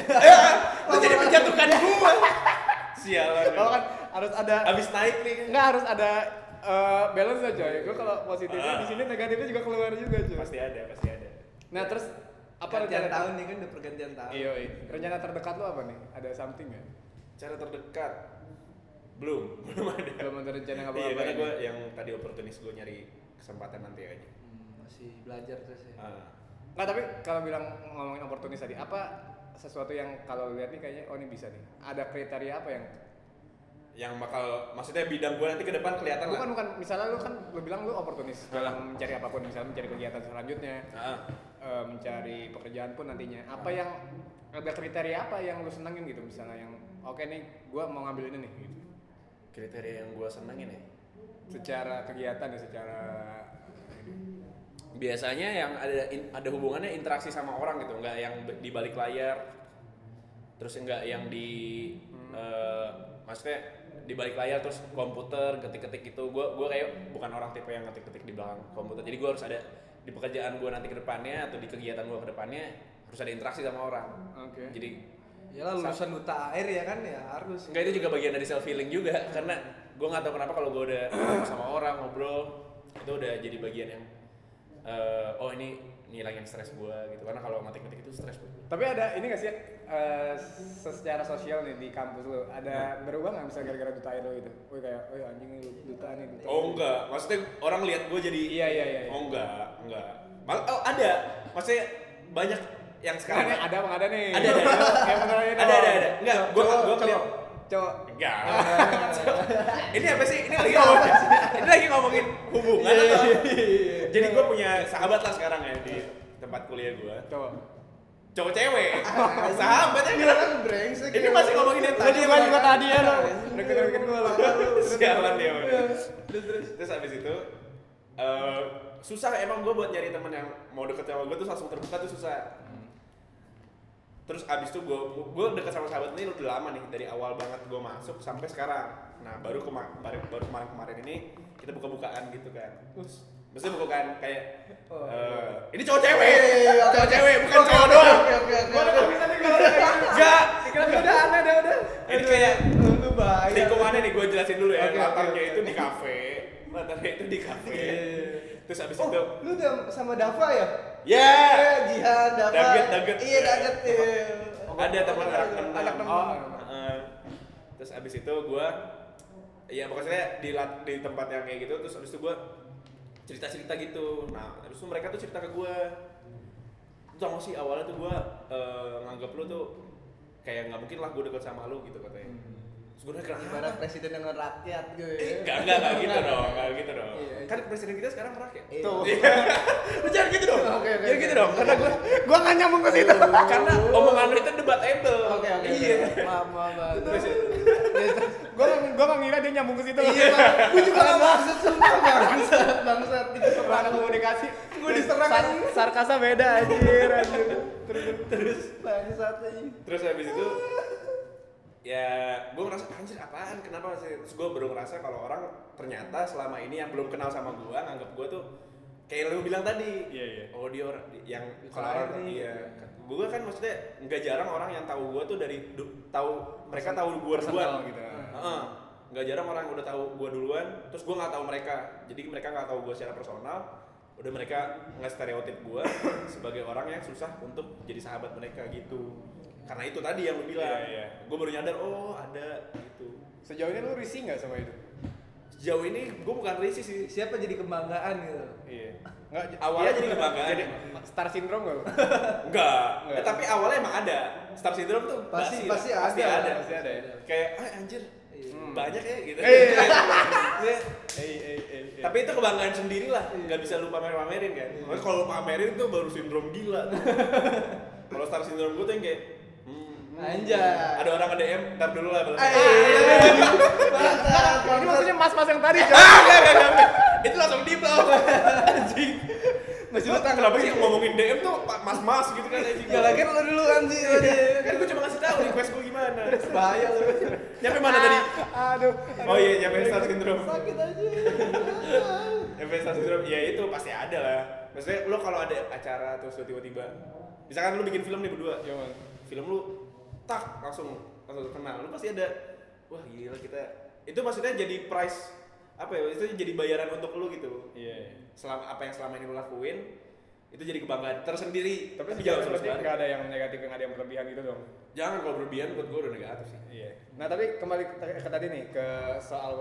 S3: Lu jadi menjatuhkan gue. Sialan.
S1: Kalau kan harus ada
S3: Abis naik nih.
S1: enggak harus ada eh, balance aja coy. Gua kalau positifnya di sini negatifnya juga keluar juga coy.
S3: Ah. Pasti ada, pasti ada.
S1: Nah, terus apa
S2: pergantian
S1: rencana
S2: tahun nih kan udah pergantian tahun.
S1: Iya, iya. rencana terdekat lu apa nih? Ada something ya?
S3: Cara terdekat belum, belum ada.
S1: Belum ada rencana
S3: Iya,
S1: ngapa-ngapain.
S3: karena gue yang tadi oportunis gue nyari kesempatan nanti aja.
S2: Hmm, masih belajar terus ya.
S3: Ah.
S1: Nggak, tapi kalau bilang ngomongin oportunis tadi, apa sesuatu yang kalau lu lihat nih kayaknya oh ini bisa nih. Ada kriteria apa yang
S3: yang bakal maksudnya bidang gue nanti ke depan kelihatan
S1: bukan
S3: lah.
S1: bukan misalnya lu kan lu bilang lu oportunis
S3: Nah.
S1: dalam mencari apapun misalnya mencari kegiatan selanjutnya
S3: Ah.
S1: eh, mencari pekerjaan pun nantinya apa yang ada kriteria apa yang lu senengin gitu misalnya yang oke nih gua mau ngambil ini nih gitu
S3: kriteria yang gue senengin ya.
S1: secara kegiatan ya secara
S3: Biasanya yang ada in- ada hubungannya interaksi sama orang gitu, nggak yang be- di balik layar. Terus nggak yang di eh, maksudnya di balik layar terus komputer ketik-ketik gitu. Gue gue kayak bukan orang tipe yang ketik-ketik di belakang komputer. Jadi gue harus ada di pekerjaan gue nanti ke depannya atau di kegiatan gue ke depannya harus ada interaksi sama orang.
S1: oke
S3: Jadi
S2: Iyalah lulusan duta air ya kan ya harus.
S3: Enggak itu juga bagian dari self healing juga karena gue nggak tahu kenapa kalau gue udah ketemu sama orang ngobrol itu udah jadi bagian yang eh, oh ini ngilangin stres gue gitu karena kalau ngetik-ngetik itu stres buat gua.
S1: tapi ada ini nggak sih eh, secara sosial nih di kampus lu ada berubah nggak misalnya gara-gara duta idol gitu wih kayak wih anjing nih lu duta nih duta
S3: Oh enggak, maksudnya orang lihat gue jadi
S1: Iya, iya, iya, iya.
S3: Oh enggak, enggak. Mal- oh ada, maksudnya banyak yang
S1: sekarang
S3: sekarang
S1: ada emang ada nih
S3: Ada, ada.
S1: Kayak beneran ini
S3: Ada, ada,
S1: dong.
S3: ada. Enggak, gua-
S1: Cowok,
S3: gua
S1: cowok,
S3: kelihatan.
S1: cowok
S3: enggak.
S1: iya,
S3: ini apa sih? Ini lagi ngomongin, ini lagi ngomongin hubungan
S1: Iya,
S3: atau?
S1: iya, iya.
S3: Jadi gue punya sahabat lah sekarang ya di tempat kuliah gue.
S1: cowok
S3: Cowok cewek, sahabat ya
S1: Iya.
S2: Gila kan brengsek.
S3: Ini
S2: ya.
S3: masih ngomongin yang tadi
S1: juga juga
S3: Bang.
S1: tadi ya lo deket-deketin gue lo
S3: Sialan dia. Bang. ya, Terus habis itu eh, susah emang gue buat nyari temen yang mau deket sama gue tuh langsung terbuka tuh susah. Terus abis itu gue gue deket sama sahabat ini udah lama nih dari awal banget gue masuk sampai sekarang. Nah baru kema- baru- baru kemarin kemarin ini kita buka-bukaan gitu kan. Terus Maksudnya bukan kayak eh, ini cowok cewek, cowok cewek bukan
S2: Oke,
S3: kan cowok
S2: oke,
S3: doang.
S2: Oke oke oke.
S1: gue udah bisa nih kalau
S3: Enggak,
S1: udah ada udah udah
S3: ini kayak
S2: Lu- Lu bahaya.
S3: lingkungannya nih gue jelasin dulu ya
S2: Iya. Oke,
S3: latarnya
S2: oke, oke.
S3: itu di kafe latarnya itu di kafe terus abis
S2: Oh,
S3: itu
S2: lu udah sama Dava ya?
S3: ya
S2: Iya, Jihan, Dava.
S3: Daget, daget.
S2: Iya, daget. iya.
S3: ada teman anak teman
S2: Anak teman.
S1: Oh.
S3: Heeh. terus abis itu gue ya maksudnya di lat- di tempat yang kayak gitu terus abis itu gue cerita cerita gitu nah abis itu mereka tuh cerita ke gue tau gak sih awalnya tuh gue nganggap lu tuh kayak nggak mungkin lah gue deket sama lu gitu katanya terus gue kenapa
S2: Ibarat presiden dengan rakyat gitu ya.
S3: Enggak, enggak, enggak gitu dong, enggak gitu dong.
S2: Iya, iya.
S3: Kan presiden kita sekarang rakyat.
S2: Iya.
S1: Tuh.
S3: Iya. Lu jangan gitu dong.
S2: Oke, oke,
S3: Jangan
S2: oke.
S3: gitu dong, karena gua
S1: gue nggak nyambung ke situ
S3: karena omongan lu itu debatable.
S2: Oke, oke.
S3: Iya.
S2: oke. Maaf, maaf. maaf.
S1: gue gue nggak ngira dia nyambung ke situ
S2: Iya, gue juga gak maksud sumpah bangsat, bangsat itu
S1: Karena
S2: serangan
S1: komunikasi
S2: Gua diserang
S1: Sar-
S2: aja.
S1: sarkasa beda anjir anjir terus
S2: terus bangsat aja.
S3: Terus habis itu ya gue ngerasa anjir apaan kenapa masih terus gue baru ngerasa kalau orang ternyata selama ini yang belum kenal sama gue nganggap gue tuh kayak lu bilang tadi
S1: Iya, iya.
S3: oh dia orang yang
S2: Itu
S3: kalau
S2: lain
S3: orang
S2: nih.
S3: iya gue kan maksudnya nggak jarang orang yang tahu gue tuh dari du- tahu mereka tahu gue duluan
S2: ya.
S1: gitu
S3: Heeh. nggak jarang orang yang udah tahu gue duluan terus gue nggak tahu mereka jadi mereka nggak tahu gue secara personal udah mereka nggak stereotip gue sebagai orang yang susah untuk jadi sahabat mereka gitu karena itu tadi yang lu bilang
S1: Iya, iya.
S3: gue baru nyadar oh ada gitu
S1: sejauh ini lu risih nggak sama itu
S3: sejauh ini gue bukan risih sih
S2: Siapa jadi kebanggaan gitu?
S1: iya nggak j-
S3: Awalnya
S1: iya,
S3: jadi kebanggaan.
S1: jadi star syndrome nggak lu
S3: enggak
S1: Nggak.
S3: Eh, tapi awalnya emang ada star syndrome tuh
S2: Pasti-
S3: lah.
S2: pasti
S3: pasti
S2: ada,
S3: ada.
S1: pasti ada ya
S3: kayak ah anjir
S2: Iya.
S1: Hmm.
S3: banyak ya gitu
S1: Eh.
S3: Iya.
S1: eh eh eh eh.
S3: Tapi itu kebanggaan sendiri lah, nggak bisa lu pamer-pamerin kan. Maksudnya kalau lu pamerin tuh baru sindrom gila. tuh. kalau star syndrome gue tuh yang kayak, hmm,
S2: Anjay.
S3: Ada orang nge DM, ntar dulu lah.
S2: Eh, eh, eh,
S1: Ini maksudnya mas-mas yang tadi. Cok.
S3: Ah, enggak, enggak, enggak. Itu langsung di block. Anjing.
S2: Maksud
S3: Lu
S2: lu
S3: tak kenapa sih yang ngomongin DM tuh Pak mas-mas gitu kan anjing.
S2: Gak lagi lu dulu kan sih. lu deh.
S3: Kan gue cuma ngasih tahu request gue gimana.
S2: Bahaya lu.
S3: Nyampe mana tadi?
S1: Aduh.
S3: Oh iya, nyampe star syndrome.
S2: Sakit aja.
S3: Nyampe star syndrome. Ya itu pasti ada lah. Maksudnya lu kalau ada acara terus lu tiba-tiba misalkan lu bikin film nih berdua.
S1: Iya, Bang.
S3: Film lu tak langsung langsung kenal. Lu pasti ada wah gila kita. Itu maksudnya jadi price apa ya? Itu jadi bayaran untuk lu gitu.
S1: Iya. iya.
S3: selama apa yang selama ini lo lakuin itu jadi kebanggaan tersendiri
S1: Tapi
S3: jangan
S1: sejauh berarti
S3: sebesar.
S1: nggak ada yang negatif, nggak ada yang berlebihan gitu dong.
S3: jangan kalau berlebihan buat gue udah negatif sih
S1: Iya. Nah tapi kembali ke, ke tadi nih ke soal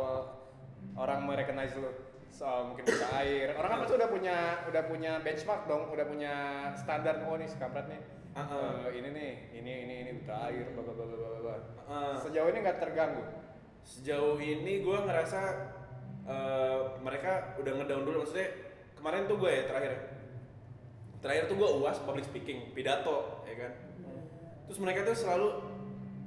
S1: orang merecognize lu soal mungkin buka air. Orang kan pasti udah punya udah punya benchmark dong, udah punya standar oh nih si kampret nih.
S3: Uh-uh.
S1: Eh, ini nih, ini ini ini buta air, bla bla bla bla bla, bla.
S3: Uh.
S1: Sejauh ini nggak terganggu.
S3: sejauh ini gue ngerasa eh, mereka udah ngedown dulu maksudnya kemarin tuh gue ya terakhir terakhir tuh gue uas public speaking pidato ya kan terus mereka tuh selalu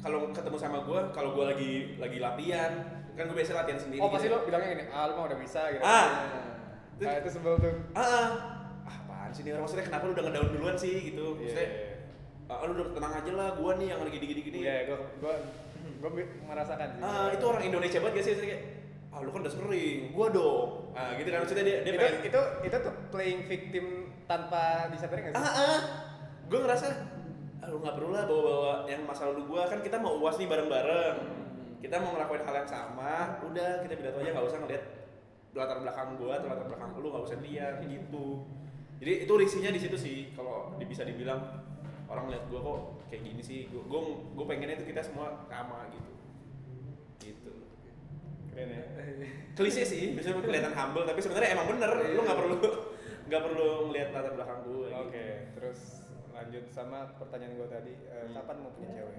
S3: kalau ketemu sama gue kalau gue lagi lagi latihan kan gue biasa latihan sendiri
S1: Oh pasti
S3: gitu.
S1: lo bilangnya gini, ah lu mah udah bisa gitu.
S3: Ah.
S1: Nah, itu sebel tuh.
S3: ah, ah. ah apaan sih nih orang maksudnya kenapa lu udah ngedown duluan sih
S1: Iya.
S3: gitu maksudnya ah, lu udah tenang aja lah gue nih yang lagi gini gini gini
S1: Iya, gua gua gua bi- merasakan sih.
S3: ah itu orang Indonesia banget gak sih Maksudnya kayak ah lu kan udah sering gua dong ah gitu kan maksudnya dia dia
S1: itu,
S3: pengen
S1: itu itu tuh playing victim tanpa disadari nggak sih?
S3: ah ah gua ngerasa ah, lu nggak perlu lah bawa bawa yang masa lalu gua kan kita mau uas nih bareng bareng kita mau ngelakuin hal yang sama udah kita pidato aja nggak usah ngeliat latar belakang gua atau latar belakang lu nggak usah lihat gitu jadi itu risihnya di situ sih kalau di- bisa dibilang orang lihat gua kok kayak gini sih gua gua, gua pengennya tuh kita semua sama gitu gitu
S1: Keren ya.
S3: klise sih biasanya kelihatan humble tapi sebenarnya emang bener lu nggak perlu nggak perlu ngelihat latar belakang gitu. gue
S1: Oke, terus lanjut sama pertanyaan gue tadi, eh, kapan mau punya cewek?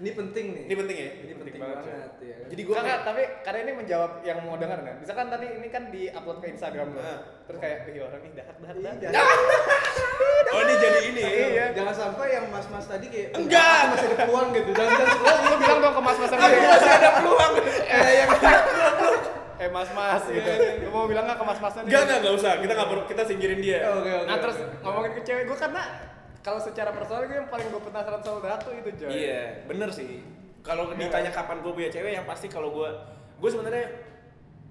S2: Ini penting nih.
S3: ini penting ya
S2: Ini penting
S1: penting banget,
S2: banget ya. kan?
S3: jadi gue
S1: Nggak, nggak, tapi karena ini menjawab yang mau denger kan. Misalkan tadi ini kan di-upload ke Instagram lo.
S3: Ah.
S1: Terus kayak, "Ih, orang ini dahak dahak dahak."
S2: Iya.
S3: oh ini jadi ini ya
S1: Iya.
S2: Jangan sampai yang mas-mas tadi kayak
S3: Enggak.
S2: "Aku masih ada peluang gitu. Jangan jangan
S1: Lo lo bilang dong ke mas-mas
S2: Iya.
S1: yang lain.
S3: masih ada peluang
S1: Eh, yang Eh, mas-mas gitu. Lo mau bilang nggak ke mas-masnya nih?
S3: nggak nggak nggak usah kita nggak perlu kita singkirin dia
S2: Oh, Oke oke.
S1: Nah, terus
S2: oke.
S1: ngomongin ke cewek gue karena kalau secara personal gue yang paling gue penasaran soal dahak tuh itu, Joy.
S3: iya bener sih kalau ditanya kapan gue punya cewek yang pasti kalau gue gue sebenarnya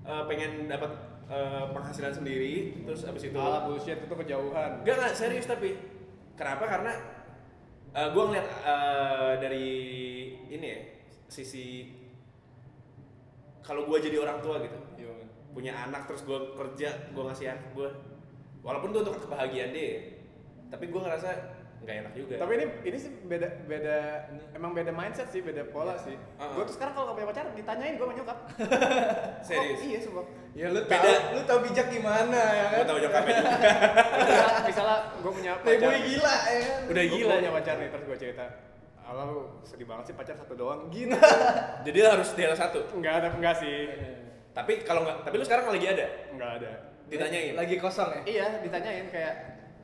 S3: eh, pengen dapat eh, penghasilan sendiri terus abis itu
S1: Alah bullshit itu kejauhan.
S3: Gak gak serius tapi kenapa karena gue ngeliat eh, dari ini ya sisi kalau gue jadi orang tua gitu
S1: Iya.
S3: punya anak terus gue kerja gue ngasih anak gue walaupun tuh untuk kebahagiaan dia tapi gue ngerasa nggak enak juga
S1: Tapi ini ini sih beda beda emang beda mindset sih, beda pola sih.
S3: Uh-uh.
S1: Gue tuh sekarang kalau nggak punya pacar ditanyain gue menyokap.
S3: serius
S1: Oh, iya sumpah.
S2: Ya lu
S3: Beda.
S2: tahu lu tahu bijak gimana ya
S3: gue
S2: kan?
S3: tau nyokapnya juga
S1: Misalnya, misalnya gue punya pacar.
S2: Playboy gila ya kan.
S3: Udah
S1: Gua-
S3: gila.
S1: gua punya pacar nih terus gue cerita. Alah lu sedih banget sih pacar satu doang. Gini.
S3: jadi harus di atas satu
S1: Enggak ada enggak sih.
S3: Iya, tapi kalau nggak tapi lu sekarang lagi ada
S1: Enggak ada.
S3: ditanyain
S2: Lagi kosong ya.
S1: Iya, ditanyain kayak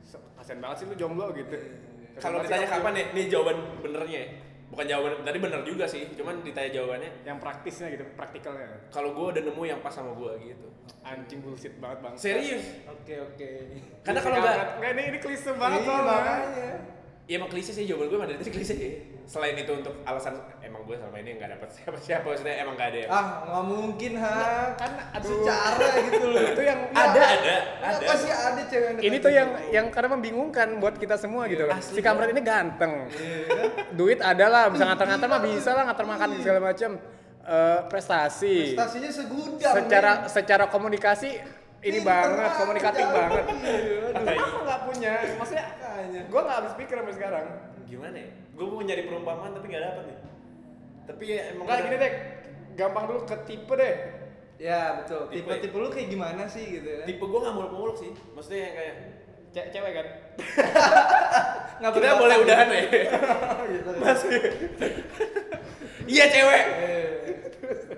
S1: "Se- kasihan banget sih lu jomblo gitu.
S3: Iya, kalau ditanya kapan ya ini jawaban benernya ya. bukan jawaban tadi bener juga sih cuman ditanya jawabannya
S1: yang praktisnya gitu, praktikalnya.
S3: kalau gue udah nemu yang pas sama gue gitu
S1: Anjing bullshit banget bang.
S3: serius
S2: Oke oke.
S3: karena kalau nggak
S1: enggak ini ini klise banget
S2: Iya,
S1: soalnya.
S2: makanya.
S3: ya emang klise sih jawaban gue emang dari tadi klise sih selain itu untuk alasan emang gue selama ini nggak dapet siapa siapa maksudnya emang nggak ada yang
S2: Ah, nggak mungkin ha.
S3: Nah,
S1: Kan aduh.
S2: Secara gitu loh.
S1: itu yang
S3: ada ada
S2: Ada.
S3: ada
S2: Pasti ada cewek yang
S1: ini
S2: deketin
S1: tuh yang
S2: lu.
S1: yang karena membingungkan buat kita semua gitu loh.
S3: asli.
S1: Si kampret ini ganteng. Duit ada lah, bisa nganter-nganter mah bisa lah nganter makan segala macam. Eh, prestasi.
S2: Prestasinya segudang.
S1: Secara secara komunikasi ini
S2: Pinter
S1: banget,
S2: aja.
S1: komunikatif banget.
S2: Iya, aduh.
S1: Kenapa aku nggak punya? Maksudnya,
S2: Makanya.
S1: gue nggak habis pikir sampai sekarang.
S3: gimana ya gue mau nyari perumpamaan tapi nggak dapet nih tapi ya emang
S1: Enggak
S3: ada-
S1: gini deh, gampang dulu ke tipe deh.
S2: Ya betul.
S3: Tipe-
S2: Tipe-tipe lu kayak gimana sih gitu kan?
S3: tipe gue nggak muluk-muluk sih maksudnya yang kayak
S1: Ce- cewek kan?
S2: Nggak
S3: kita
S2: berbakat
S3: boleh
S2: gitu.
S3: udahan ya
S2: Gitu.
S3: mas iya cewek
S2: Eh,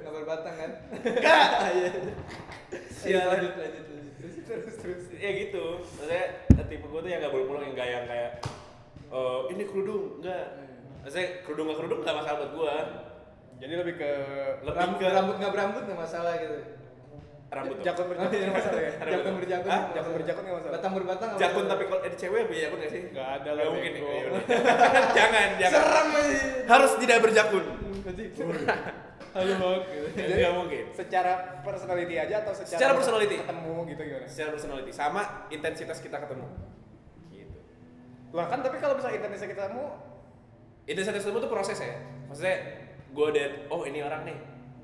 S2: Nggak berbatang kan?
S3: Nggak.
S2: Iya. Iya,
S3: Sialan.
S2: lanjut lanjut lanjut. Terus terus terus.
S3: ya gitu maksudnya tipe gue tuh yang nggak boleh pulang yang kayak yang kayak eh, ini "Oh, kerudung enggak Maksudnya kerudung nggak kerudung nggak masalah buat gue.
S1: Jadi lebih ke
S3: Lebih
S2: Rambut,
S3: ke
S2: rambut nggak berambut nggak masalah gitu.
S3: rambut tuh.
S1: jakun berjakun nggak masalah ya.
S3: Rambut.
S2: Jakun berjakun.
S1: Hah?
S2: nggak
S1: Jakun
S2: masalah.
S1: berjakun nggak masalah?
S2: Batang berbatang. nggak
S3: Jakun
S2: masalah.
S3: tapi kalau ada cewek punya jakun nggak sih?
S1: Nggak ada lah,
S3: Nggak mungkin.
S1: bego.
S3: ya udah. Jangan, jangan.
S2: serem aja.
S3: Harus tidak berjakun.
S2: Berarti
S1: Halo Hawk. gitu. Jadi
S3: Nggak mungkin.
S1: secara personality aja atau secara,
S3: Secara personality.
S1: ketemu gitu gimana?
S3: Secara personality sama intensitas kita ketemu. Gitu.
S1: Lah kan tapi kalau misalnya internetnya kita ketemu
S3: Intensitas ketemu tuh proses ya. Maksudnya gue udah, oh ini orang nih.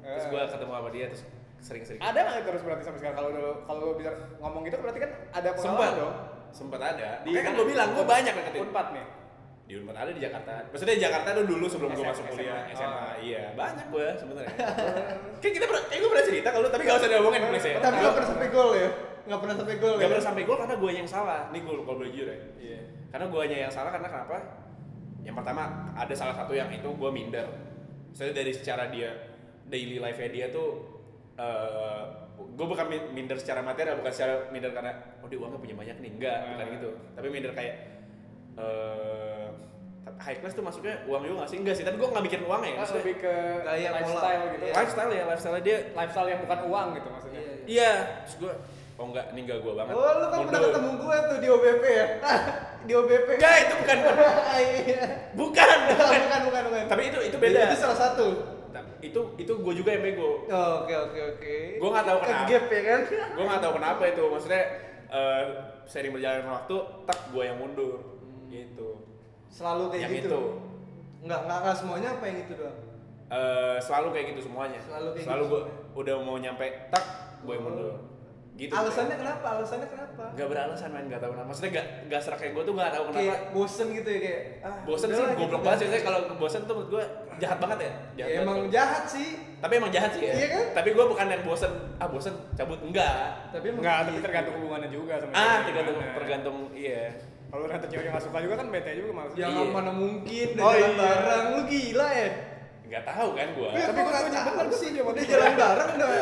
S3: Terus
S1: Eh.
S3: gue ketemu sama dia terus sering-sering.
S1: ada nggak itu terus berarti sampai sekarang kalau lu- kalau lu bisa ngomong gitu berarti kan ada pengalaman
S3: Sempat
S1: dong.
S3: Sempat ada.
S1: Di-
S3: Makanya kan gue bilang gue banyak deketin.
S1: Unpad nih.
S3: di Unpad ada di Jakarta. Maksudnya di Jakarta tuh dulu sebelum gue
S1: SMA,
S3: masuk kuliah
S1: SMA.
S3: SMA. Iya, banyak gue sebenarnya. kayak kita pernah, kayak gue pernah cerita kalau tapi gak usah diomongin please ya.
S2: Tapi nggak pernah sampai gol ya. Nggak pernah sampai gol.
S3: Gak
S2: ya?
S3: pernah sampai gol karena gue yang salah. Nih gue kalau boleh jujur ya.
S1: Iya.
S3: Karena gue yang salah karena kenapa? Yang pertama ada salah satu yang itu gue minder. Soalnya dari secara dia daily life-nya dia tuh gue bukan min- minder secara material, bukan secara minder karena oh dia uangnya punya banyak nih, enggak, bukan
S2: Ah.
S3: gitu. Tapi minder kayak eh high class tuh masuknya uang juga nggak sih? Enggak sih, tapi gue nggak mikirin uangnya
S2: Ah,
S3: ya.
S1: Kan
S3: Maksudnya,
S1: lebih ke
S2: Gaya pola.
S1: lifestyle gitu.
S2: Iya.
S3: lifestyle ya, lifestyle dia
S1: Lifestyle yang bukan uang gitu maksudnya.
S2: Iya, iya.
S3: Iya, terus gue oh enggak, ini enggak gue banget.
S2: Oh, lu kan pernah
S3: Bodoh.
S2: ketemu gue tuh di OBP ya? di OBP.
S3: Enggak, Ya, itu bukan.
S2: Iya.
S3: Bukan.
S2: bukan, bukan, bukan.
S3: tapi itu itu beda.
S2: Itu salah satu.
S3: Nah, itu itu gue juga yang bego
S2: Oh, Oke, oke, oke.
S3: Gua nggak tahu kenapa.
S2: Gap ya kan?
S3: gue nggak tahu kenapa itu maksudnya eh, sering berjalan waktu tak gue yang mundur gitu
S2: Selalu Hmm. kayak
S3: yang
S2: gitu.
S3: itu
S2: Enggak, enggak, enggak semuanya apa yang itu doang.
S3: Eh, selalu kayak gitu semuanya
S2: Selalu kayak gitu Oh.
S3: gue udah mau nyampe tak gue yang mundur gitu
S2: Alasannya kenapa? Alasannya kenapa?
S3: nggak beralasan main nggak tahu kenapa maksudnya nggak nggak serak kayak gue tuh nggak tahu kenapa
S2: Kayak bosen gitu ya kayak. Ah,
S3: bosen sih
S2: udahlah gitu
S3: goblok
S2: kan.
S3: banget sih Saya kalau bosen tuh menurut gue jahat banget ya
S2: Ya,
S3: jahat banget
S2: emang
S3: kalau-
S2: jahat sih.
S3: tapi emang jahat sih ya
S2: Iya kan?
S3: tapi gue bukan yang bosen ah bosen cabut enggak
S2: Tapi emang
S1: Enggak, tapi
S2: gitu.
S1: tergantung hubungannya juga sama
S3: ah
S1: cewek
S3: tergantung
S1: gimana.
S3: tergantung iya
S1: Kalau ternyata ceweknya nggak suka juga kan bete juga maksudnya.
S2: Ya
S3: Iya.
S2: mana mungkin udah
S1: Oh,
S2: jalan
S1: iya.
S2: bareng lu gila ya.
S3: nggak tahu kan gue
S2: Ya,
S1: tapi gua
S2: kok nggak
S1: setuju,
S2: tahu
S1: bener, gua
S2: sih.
S1: setuju sama
S2: Udah
S1: dia.
S2: jalan bareng udah. Iya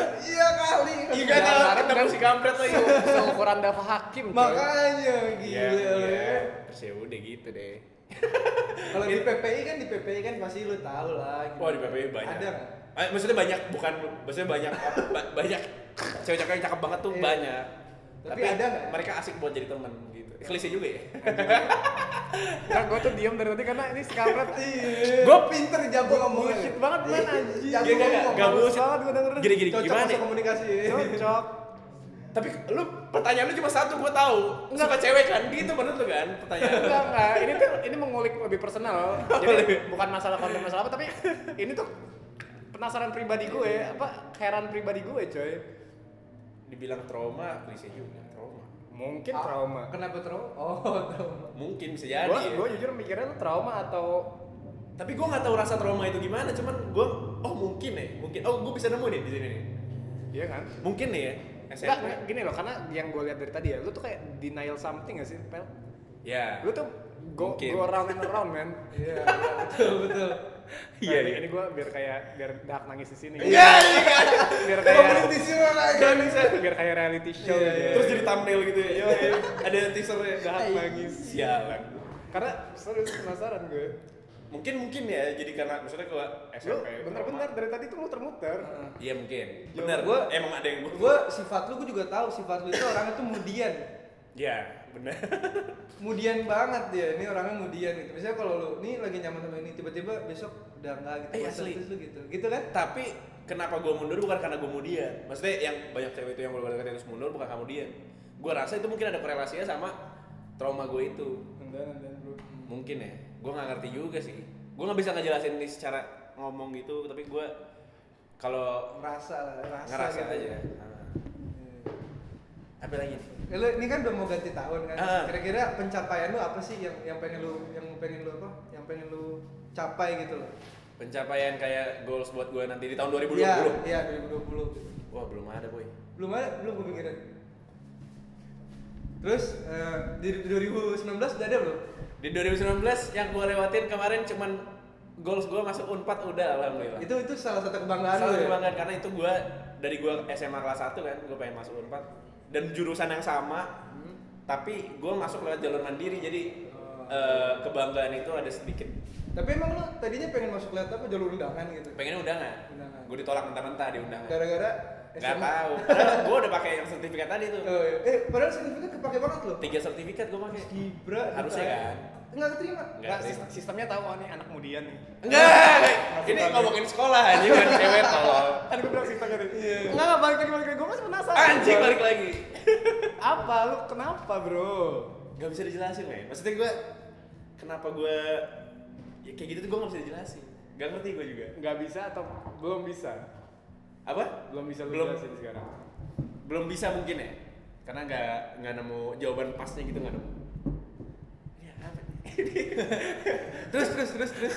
S2: kali.
S3: Iya
S1: Iya,
S3: kan,
S1: kan,
S3: Arab ketemu si kampret lagi.
S1: Seukuran Dava Hakim. coy.
S2: Makanya
S3: Iya,
S2: gila lu
S3: iya.
S2: ya.
S3: Terus ya udah gitu deh.
S2: Kalau di PPI kan di PPI kan pasti lu tahu lah. gitu.
S3: Wah di PPI banyak.
S2: Ada nggak?
S3: Eh, maksudnya banyak bukan maksudnya banyak ba- banyak cewek-cewek yang cakep banget tuh
S2: Iya.
S3: banyak.
S2: Tapi ada nggak?
S3: Mereka asik buat jadi teman gitu. Klise juga ya.
S1: Nah, gue tuh diem dari tadi karena ini si kampret
S2: Gue Iya. pinter jago ngomong.
S1: bullshit banget man anjing.
S2: Jago
S3: Gak, gak, gak,
S2: ngomong.
S3: Iya, gak
S1: Males
S3: bullshit.
S1: banget gua dengerin.
S3: Gini, gini,
S2: Cocok
S3: gimana?
S2: masuk komunikasi.
S1: Cocok.
S3: Tapi lu pertanyaan lu cuma satu gua tahu. Suka cewek kan? Gitu menurut lu kan pertanyaan. lu?
S1: Enggak, enggak. Ini tuh ini mengulik lebih personal. Jadi bukan masalah konten masalah apa, tapi ini tuh penasaran pribadi gue, apa heran pribadi gue, coy.
S3: Dibilang trauma, klise juga trauma.
S1: Mungkin
S2: Ah,
S1: trauma.
S2: Kenapa trauma? Oh, trauma.
S3: Mungkin bisa jadi.
S1: Gue
S3: ya.
S1: gue jujur mikirnya lu trauma atau
S3: Tapi gua nggak tahu rasa trauma itu gimana, cuman gua oh mungkin ya, mungkin. Oh, gua bisa nemu nih di sini nih.
S1: iya kan?
S3: Mungkin nih ya.
S1: Enggak,
S3: SMP.
S1: gini loh, karena yang gue lihat dari tadi ya, lu tuh kayak denial something gak sih, Pel?
S3: Ya.
S1: Lu tuh go,
S3: Mungkin.
S1: go around and around, man.
S2: Iya, iya, betul betul.
S3: Iya,
S1: Nah,
S3: iya.
S1: Ini gue biar kayak biar dak nangis di sini.
S3: Iya, iya. kan?
S1: biar
S2: Kompetisi
S1: kayak
S2: lagi.
S3: Gak bisa.
S1: biar kayak reality show
S2: Iya,
S1: gitu.
S2: iya.
S3: Terus jadi thumbnail gitu ya. Yo, yo. Ada teasernya.
S1: Dahak
S2: Iya.
S1: nangis.
S3: Sialan.
S1: Karena serius penasaran gue.
S3: Mungkin mungkin ya jadi karena maksudnya kalau
S1: Lu
S3: SMP.
S1: bentar-bentar dari tadi tuh muter-muter.
S2: Heeh.
S3: trauma. Iya mungkin.
S2: Yo,
S3: Benar. Gua
S2: gua-
S3: emang ada yang gua.
S2: Gue sifat lu gue juga tahu sifat lu itu orangnya tuh mudian.
S3: Iya, benar.
S2: Mudian banget dia. Ini orangnya mudian gitu. Misalnya kalau lu nih lagi nyaman sama ini tiba-tiba besok udah enggak gitu.
S3: Eh,
S2: bosan
S3: asli.
S2: terus lu gitu. Gitu kan?
S3: Tapi kenapa gua mundur bukan karena gua mudian. Maksudnya yang banyak cewek itu yang gua deketin terus mundur bukan kemudian. Gua rasa itu mungkin ada korelasinya sama trauma gua itu.
S2: Enggak, enggak, bro.
S3: mungkin ya gue nggak ngerti juga sih gue nggak bisa ngejelasin ini secara ngomong gitu tapi gue kalau
S2: Rasa lah, rasa,
S3: ngerasa
S2: gitu.
S3: aja Ah. apa lagi nih?
S2: Eh, lu ini kan udah mau ganti tahun kan.
S3: Ah.
S2: Kira-kira pencapaian lu apa sih yang yang pengen lu yang pengen lu apa? Yang pengen lu capai gitu loh.
S3: pencapaian kayak goals buat gue nanti di tahun 2020
S2: Iya, iya 2020 gitu.
S3: wah belum ada boy
S2: belum ada belum kepikiran terus eh, di 2019 udah ada belum
S3: di 2019 yang gue lewatin kemarin cuman goals gue masuk unpad udah alhamdulillah
S2: itu itu salah satu kebanggaan
S3: Salah
S2: lu ya?
S3: kebanggaan karena itu gue dari gue SMA kelas 1 kan gue pengen masuk unpad dan jurusan yang sama
S2: Hmm. Oh.
S3: tapi gue masuk lewat jalur mandiri jadi eh, kebanggaan itu ada sedikit
S2: Tapi emang lu tadinya pengen masuk lihat apa jalur undangan gitu?
S3: pengennya undangan
S2: Undangan.
S3: gue ditolak mentah-mentah di undangan
S2: Gara-gara
S3: nggak
S2: SMA.
S3: tahu padahal gue udah pakai yang sertifikat tadi tuh
S2: Oh, iya. Eh, padahal sertifikat kepake banget loh.
S3: tiga sertifikat gue pakai
S2: Gibra.
S3: Harusnya
S2: gitu.
S3: kan?
S2: Enggak keterima.
S1: Nggak,
S3: Nggak,
S1: sis- sistemnya tahu oh, nih anak mudian nih.
S2: Iya.
S3: enggak ini ngomongin sekolah aja kan cewek tolol
S1: Kan gue bilang sistemnya
S2: Iya,
S1: tadi. Enggak, enggak balik lagi balik lagi. Gue masih penasaran.
S3: anjing balik lagi
S1: Apa lu kenapa, Bro?
S3: nggak bisa dijelasin men maksudnya gue kenapa gue ya kayak gitu tuh gue nggak bisa dijelasin nggak ngerti gue juga
S1: Enggak bisa atau belum bisa?
S3: apa
S1: Belum bisa lu
S3: belum
S1: jelasin sekarang.
S3: belum bisa mungkin ya karena nggak nggak nemu jawaban pasnya gitu nggak nemu Ini apa nih?
S2: Terus terus terus terus.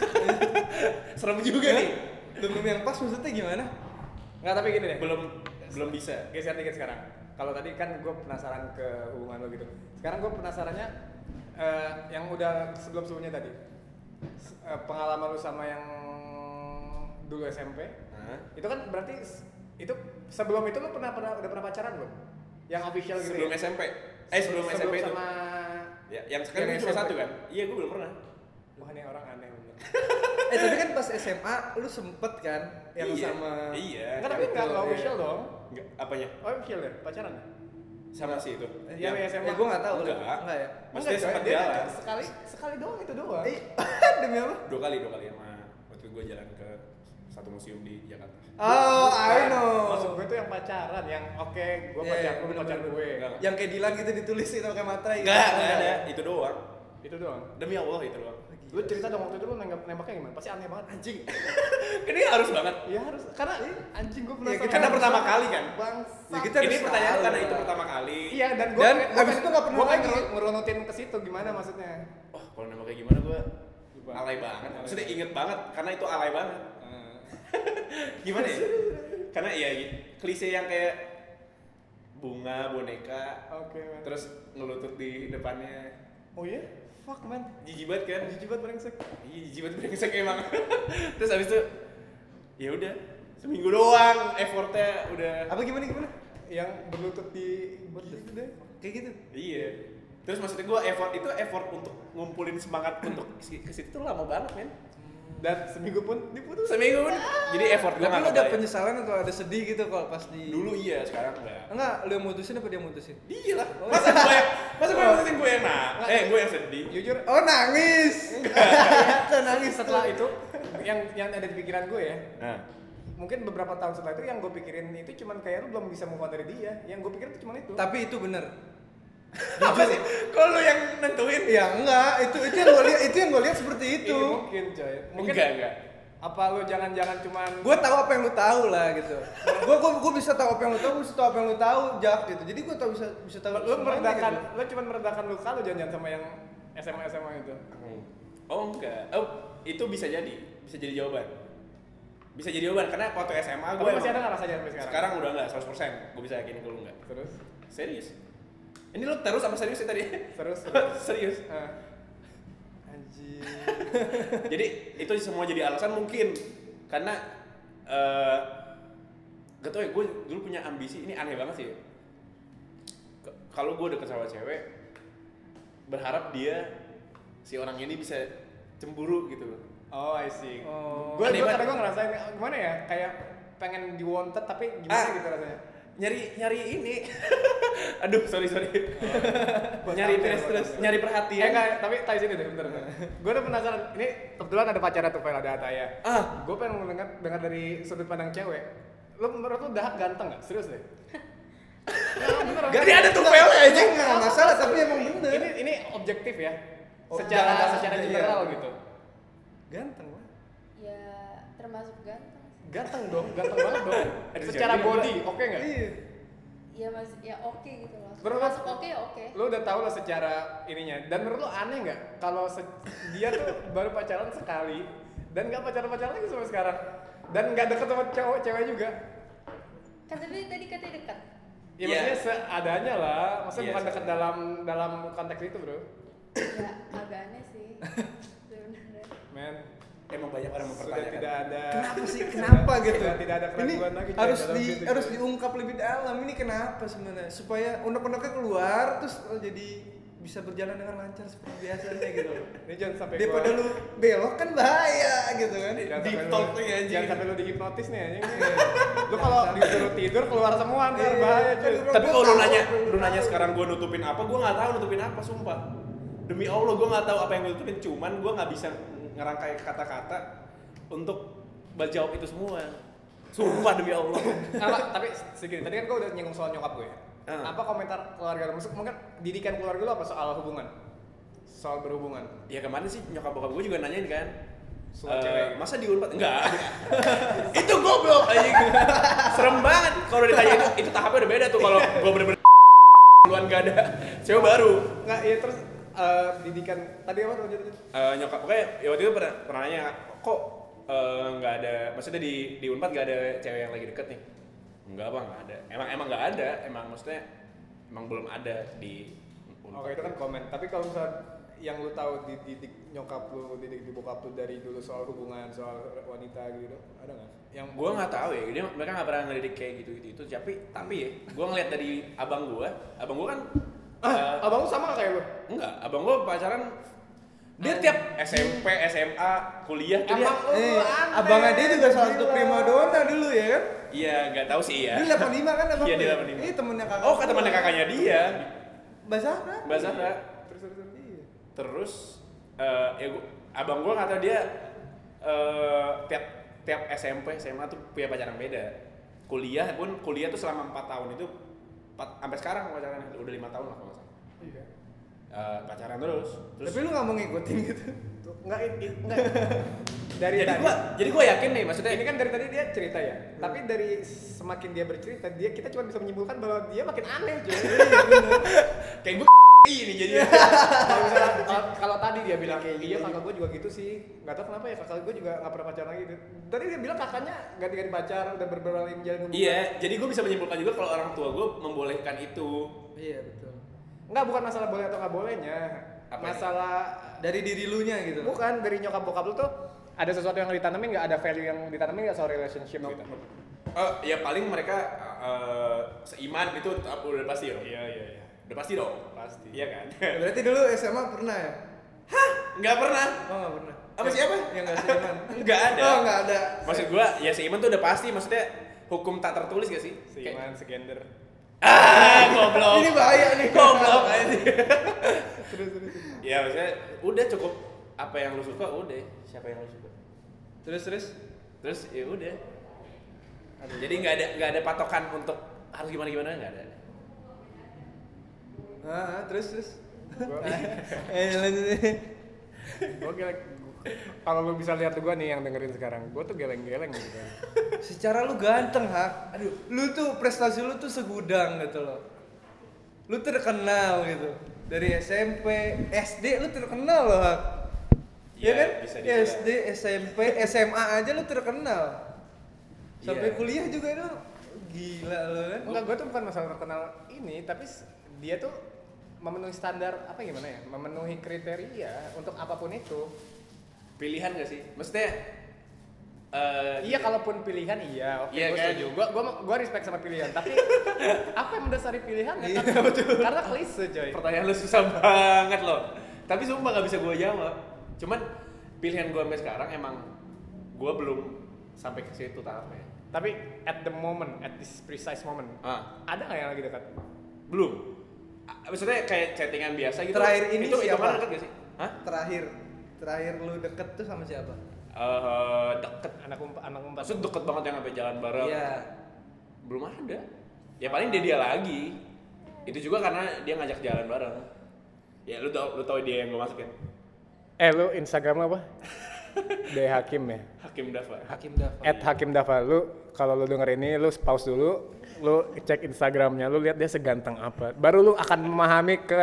S3: serem juga nih
S2: Belum yang pas maksudnya gimana?
S1: Enggak, Iya. tapi gini deh.
S3: belum belum bisa
S1: geser dikit sekarang. Kalau tadi kan gue penasaran ke hubungan lo gitu. Sekarang gue penasarannya eh, yang udah sebelum sebelumnya tadi. S- eh, pengalaman lu sama yang dulu SMP.
S3: Hah?
S1: Itu kan berarti s- itu sebelum itu lu pernah pernah udah pernah pacaran belum? Yang official gitu.
S3: sebelum
S1: ya?
S3: SMP eh sebelum, SMP itu
S1: sama
S3: ya, yang sekarang
S1: Yang
S3: cuma
S1: SMP.
S3: satu kan iya gue belum pernah
S1: Wah, ini orang aneh bener.
S2: Eh, tapi kan pas SMA lu sempet kan yang
S3: Iya,
S2: sama
S3: iya
S1: Enggak, tapi enggak enggak
S2: Iya.
S1: official dong.
S3: Nggak, apanya
S1: Official ya, pacaran. ya?
S3: sama sih itu
S1: Yang
S3: Yang-
S1: yang SMA.
S2: Eh, gua enggak tahu.
S3: Enggak.
S2: Enggak ya.
S3: Maksudnya
S1: Enggak, coy,
S3: sempat
S1: dia
S3: jalan. Iya.
S1: kayak Sekali sekali doang itu doang.
S2: Eh, demi apa?
S3: dua kali dua kali sama waktu gue jalan ke satu museum di Jakarta
S2: Oh, I know.
S1: Maksud gue tuh yang pacaran, yang oke, gue
S2: Iya,
S1: pacar
S2: iya,
S1: lu, pacar
S2: bener-bener.
S1: gue.
S3: Enggak, enggak.
S2: Yang kayak Dilan gitu ditulis itu pakai materai. gitu.
S3: enggak enggak ada itu doang
S1: Itu doang.
S3: demi Allah itu doang
S1: Lu cerita dong waktu itu lu nembak nembaknya gimana? Pasti aneh banget.
S3: anjing ini harus banget
S1: Ya harus karena anjing gue
S2: Ya,
S1: penasaran.
S2: kita- karena
S3: pertama kali kan?
S1: Bangsa.
S2: Ya, kita-
S3: ini
S2: harus
S3: pertanyaan
S2: tahu
S3: karena
S2: lah.
S3: itu pertama kali
S1: Iya dan gue
S2: Dan abis itu nggak pernah
S1: gue kayak
S2: lagi.
S1: ngeru- ngerunutin ke situ gimana maksudnya?
S3: wah Oh, kalau nama kayak gimana gue
S1: Lupa.
S3: alay banget
S1: Alay.
S3: maksudnya inget banget karena itu alay banget gimana ya karena iya klise yang kayak bunga boneka
S1: Oke. man.
S3: terus ngelutut di depannya
S1: Oh iya? Fuck man.
S3: jijik banget kan
S1: Jijik banget brengsek.
S3: Iya, jijik banget brengsek emang. Terus habis itu ya udah seminggu doang effortnya udah
S2: Apa gimana gimana?
S1: Yang berlutut di berlutut deh.
S2: Kayak gitu.
S3: iya. Terus maksudnya gue effort itu effort untuk ngumpulin semangat untuk ke ke situ tuh lama banget men.
S1: Dan seminggu pun diputus.
S3: Seminggu pun. Jadi effort gue
S2: Tapi
S3: nggak
S2: lu ada
S3: kebayang.
S2: penyesalan atau ada sedih gitu kalau pas di
S3: Dulu iya, sekarang enggak.
S2: Enggak, lu yang mutusin apa dia yang mutusin?
S3: Dia lah.
S2: Oh.
S3: Masa gue yang masa gue yang mutusin gue yang nah, eh gue yang sedih.
S1: Jujur
S2: Oh nangis. Ternyata nangis
S1: setelah itu yang yang ada di pikiran gue ya
S3: Nah,
S1: mungkin beberapa tahun setelah itu yang gue pikirin itu cuman kayak lu belum bisa move on dari dia yang gue pikirin itu cuman itu
S2: Tapi itu bener.
S3: apa sih? Kalau lu yang nentuin ya.
S2: Ya enggak, itu itu yang gue lihat itu yang gue lihat seperti
S1: Ini
S2: itu.
S1: mungkin coy mungkin
S3: Enggak, enggak.
S1: apa lu jangan-jangan cuman
S2: Gue tahu apa yang lu tahu lah gitu. Gue gue gue bisa tahu apa yang lu tahu, gue bisa tahu apa yang lu tahu, jak gitu. Jadi gue tahu bisa bisa tahu.
S1: lu
S2: semuanya
S1: meredakan
S2: gitu.
S1: lu cuman meredakan luka lu jangan-jangan sama yang SMA SMA itu
S3: Oh enggak. Oh, itu bisa jadi, bisa jadi jawaban. Bisa jadi jawaban karena waktu SMA
S1: tapi
S3: gue
S1: masih ada nggak rasanya sampai sekarang
S3: sekarang udah enggak 100% gue bisa yakinin kalau enggak
S1: terus
S3: serius ini lo terus apa serius sih tadi
S1: terus
S3: serius
S1: eh,
S2: Anjir.
S3: jadi itu semua jadi alasan mungkin karena eh gak tau ya gue dulu punya ambisi ini aneh banget sih K- kalau gue deket sama cewek berharap dia si orang ini bisa cemburu gitu loh
S1: oh I see
S2: Oh.
S1: gue
S3: Aneh
S1: gue
S3: banget.
S1: kadang gue ngerasain gimana ya kayak pengen di wanted tapi gimana
S3: Ah.
S1: gitu rasanya
S3: nyari nyari ini aduh sorry sorry
S1: Buat
S3: nyari terus
S1: tampil,
S3: terus
S1: buat
S3: nyari
S1: Iya
S3: perhatian
S1: enggak, tapi tahu sini deh bentar. gue udah penasaran. Ini kebetulan ada pacara tuh Fel, ada Ataya.
S3: ah
S1: Gue pengen mendengar dengar dari sudut pandang cewek. Lu menurut lu Dahak ganteng gak? Serius deh. Nah, beneran.
S3: Gak, ini ada tuh pelnya aja.
S2: Enggak enggak masalah, tapi emang bener.
S1: Ini ini objektif ya.
S2: Oh,
S1: Secara
S2: jangan-
S1: secara
S2: iya.
S1: general gitu.
S2: Ganteng lah.
S4: ya termasuk ganteng sih.
S1: Ganteng dong, ganteng banget dong.
S3: Aduh,
S1: secara
S3: jadi
S1: body, oke nggak?
S2: Iya.
S4: ya mas ya oke gitu loh
S1: Menurut-
S4: masuk oke ya oke
S1: Lu udah tau lah secara ininya. Dan menurut lu aneh nggak kalau se- dia tuh baru pacaran sekali dan nggak pacaran-pacaran lagi sampai sekarang dan nggak deket sama cowok cewek juga.
S4: kan tapi tadi katanya dekat
S1: Ya
S3: Iya.
S1: maksudnya seadanya lah, maksudnya
S3: Iya,
S1: bukan dekat
S3: seadanya.
S1: dalam dalam konteks itu bro,
S4: ya agak aneh sih sebenarnya
S1: men.
S3: emang banyak orang
S1: Sudah
S3: mempertanyakan
S1: tidak ada.
S2: Kenapa sih? Kenapa gitu?
S1: Sudah tidak ada
S2: ini
S1: keraguan lagi,
S2: harus
S1: Cak, dalam
S2: di
S1: situ,
S2: harus
S1: Cak.
S2: diungkap lebih dalam. Ini kenapa sebenarnya? Supaya unek-uneknya keluar terus oh, jadi bisa berjalan dengan lancar seperti biasanya gitu loh.
S1: Ini jangan sampai
S2: daripada
S1: gua-
S2: lu belok kan bahaya gitu kan
S1: Jangan
S2: di
S1: sampai lu-
S2: talk tuh ya anjing
S1: Jangan sampai lu dihipnotis nih anjing. lu kalau disuruh tidur keluar semua ntar
S2: Iya,
S1: bahaya
S2: kan
S1: cuy.
S2: lu-
S3: Tapi
S2: Gua
S3: kalau lu
S2: tahu,
S3: nanya,
S2: gua
S3: lu nanya
S2: tahu.
S3: sekarang gue nutupin apa, gue nggak tahu nutupin apa, sumpah. Demi Allah gue nggak tahu apa yang gue nutupin, cuman gue nggak bisa ngerangkai kata-kata untuk bal- jawab itu semua. Sumpah demi Allah.
S1: Nah, Pak, tapi segini tadi kan gua udah nyinggung soal nyokap gue. ya.
S3: Ah.
S1: Apa komentar keluarga lu? Maksud mungkin didikan keluarga lu apa soal hubungan? Soal berhubungan.
S3: ya kemarin sih nyokap bokap gue juga nanyain kan.
S1: Surat
S3: "Eh,
S1: cewek."
S3: masa di Unpad? Enggak. itu goblok anjing. Serem banget kalau ditanya itu, itu tahapnya udah beda tuh kalau gue bener-bener duluan gak ada. Cewek baru.
S1: Nggak, ya terus eh, didikan tadi apa lanjut lanjut.
S3: Eh, nyokap pokoknya ya waktu itu pernah pernah nanya kok eh, nggak ada maksudnya di di unpad nggak ada cewek yang lagi deket nih nggak bang nggak ada emang emang nggak ada emang maksudnya emang belum ada di Unpad.
S1: Oke, itu kan komen. Tapi kalau misalnya yang lu tahu dididik nyokap lu, dididik di bokap lu dari dulu soal hubungan, soal wanita gitu, ada nggak? Yang
S3: gue nggak tahu ya dia mereka nggak pernah ngedidik kayak gitu gitu itu tapi tapi ya gue ngeliat dari abang gue abang gue kan eh,
S1: Abang lu sama nggak kayak lu?
S3: enggak abang gue pacaran dia tiap SMP SMA kuliah tuh dia
S1: Abang lu
S2: eh,
S1: aneh,
S2: abangnya dia juga salah satu
S1: gila.
S2: primadona dulu ya kan
S3: iya nggak tahu sih ya
S2: dia 85 kan abang
S3: Iya,
S2: lu
S3: dia
S2: ya?
S3: 85.
S2: Ini temennya kakak
S3: oh kata mana kakaknya dia
S2: Mbak Zahra
S3: mbak Zahra
S1: Terus terus terus.
S3: terus eh ya gua- abang gue kata dia eh tiap tiap SMP SMA tuh punya pacaran beda kuliah pun kuliah tuh selama 4 tahun itu 4, sampai sekarang pacaran udah lima tahun lah kalau nggak salah
S1: Iya.
S3: Eh, pacaran terus terus
S2: tapi lu gak mau ngikutin gitu
S1: Tuh, Nggak, i- i- nggak. Dari
S3: jadi
S1: tadi.
S3: gue jadi gue yakin nih maksudnya
S1: Ini kan dari tadi dia cerita ya. Tapi dari semakin dia bercerita, dia kita cuma bisa menyimpulkan bahwa dia makin aneh cuy.
S3: kayak gue ini jadi
S1: Iya. Kalau misalnya- kalau- Kalau tadi dia bilang kayak iya kakak gue juga gitu sih. Gak tau kenapa ya kakak gue juga gak pernah pacaran lagi. Tadi dia bilang kakaknya ganti-ganti pacar udah berberapa kali menjalin hubungan.
S3: iya jadi gue bisa menyimpulkan juga kalau orang tua gue membolehkan itu
S2: iya betul
S1: Enggak bukan masalah boleh atau nggak bolehnya.
S3: Apa ini?
S1: masalah
S2: dari diri lu nya gitu loh.
S1: bukan dari nyokap bokap lu tuh ada sesuatu yang ditanemin nggak ada value yang ditanemin nggak soal relationship gitu.
S3: Eh, ya paling mereka eh, seiman itu eh, udah pasti ya iya iya iya udah pasti dong pasti iya kan
S2: berarti dulu SMA pernah ya
S3: nggak pernah
S2: oh gak pernah
S3: Apa siapa?
S2: yang gak seiman
S3: Nggak ada.
S2: oh gak ada
S3: Maksud gua ya seiman tuh udah pasti maksudnya hukum tak tertulis gak sih?
S1: Seiman,
S3: Kayak-
S1: segender.
S3: Ah, goblok.
S2: ini bahaya nih
S3: goblok aja.
S1: Terus terus. terus.
S3: ya maksudnya udah cukup apa yang lu suka udah, siapa yang lu suka.
S2: terus terus
S3: Terus ya udah. Jadi nggak ada nggak ada patokan untuk harus gimana gimana nggak ada.
S2: ah ah, terus terus
S1: Gua-
S2: eh lanjut
S1: Gua geleng. Kalau lu bisa lihat gua nih yang dengerin sekarang, gua tuh geleng-geleng gitu.
S2: secara lu ganteng hak aduh lu tuh prestasi lu tuh segudang gitu loh lu terkenal gitu dari SMP SD lu terkenal loh hak Iya
S3: Iya,
S2: kan
S3: bisa
S2: Ya,
S3: dibilang.
S2: SD SMP SMA aja lu terkenal sampai
S3: Iya.
S2: kuliah juga itu gila lu kan
S1: Enggak, gua tuh bukan masalah terkenal ini, tapi s- dia tuh memenuhi standar apa gimana ya? Memenuhi kriteria untuk apapun itu.
S3: Pilihan gak sih? Maksudnya eh,
S1: Iya, kalaupun pilihan iya, oke
S3: Iya
S1: gua
S3: kan?
S1: setuju. Gua gua gua respect sama pilihan, tapi apa yang mendasari pilihan?
S2: Iya,
S1: Karena klise, coy.
S3: Pertanyaan lu susah banget loh. Tapi sumpah nggak bisa gue jawab. Cuman pilihan gue sampai sekarang emang gue belum sampai ke situ tahapnya.
S1: Tapi at the moment, at this precise moment,
S3: Ah,
S1: ada nggak yang lagi dekat?
S3: belum. A- Maksudnya kayak chattingan biasa gitu.
S2: Terakhir ini
S3: itu, Itu
S2: siapa?
S3: kan deket gak sih? Hah?
S2: terakhir terakhir lu deket tuh sama siapa
S3: Eh, deket.
S1: Anak umpa, anak umpan.
S3: Maksud deket banget yang sampai jalan bareng.
S2: iya
S3: Belum ada. Ya paling dia dia lagi. Itu juga karena dia ngajak jalan bareng. Ya lu tau lu tau dia yang gue masukin.
S1: Eh, lu Instagram lu apa? D Hakim ya.
S3: Hakim Dafa.
S2: Hakim Dava
S1: At Hakim Dafa, lu kalau lu denger ini, lu pause dulu, lu cek Instagramnya, lu lihat dia seganteng apa. Baru lu akan memahami ke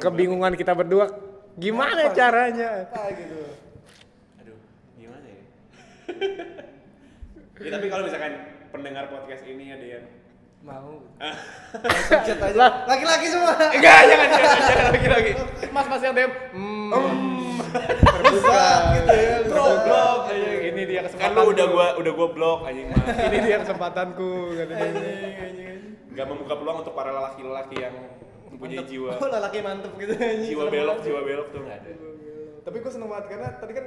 S1: kebingungan kita berdua, gimana caranya.
S2: apa gitu
S3: Aduh, gimana ya? ya tapi kalau misalkan pendengar podcast ini ada yang
S2: mau Langsung chat aja
S1: Lah.
S2: laki-laki semua
S3: enggak jangan jangan jangan lagi lagi
S1: Mas Mas yang DM, hmm,
S2: terbuka gitu ya lu.
S3: goblok
S1: ini dia
S3: kan
S1: kesempatan.
S3: lu udah gua udah gua blok anjing mah
S1: Ini dia kesempatanku. kata dia.
S3: nggak membuka peluang untuk para lelaki-lelaki yang mempunyai
S2: Mantep.
S3: jiwa
S2: oh lelaki mantep gitu anjing.
S3: jiwa
S2: Serem
S3: belok
S2: banget.
S3: jiwa belok tuh nggak ada
S1: Tapi gue seneng banget karena tadi kan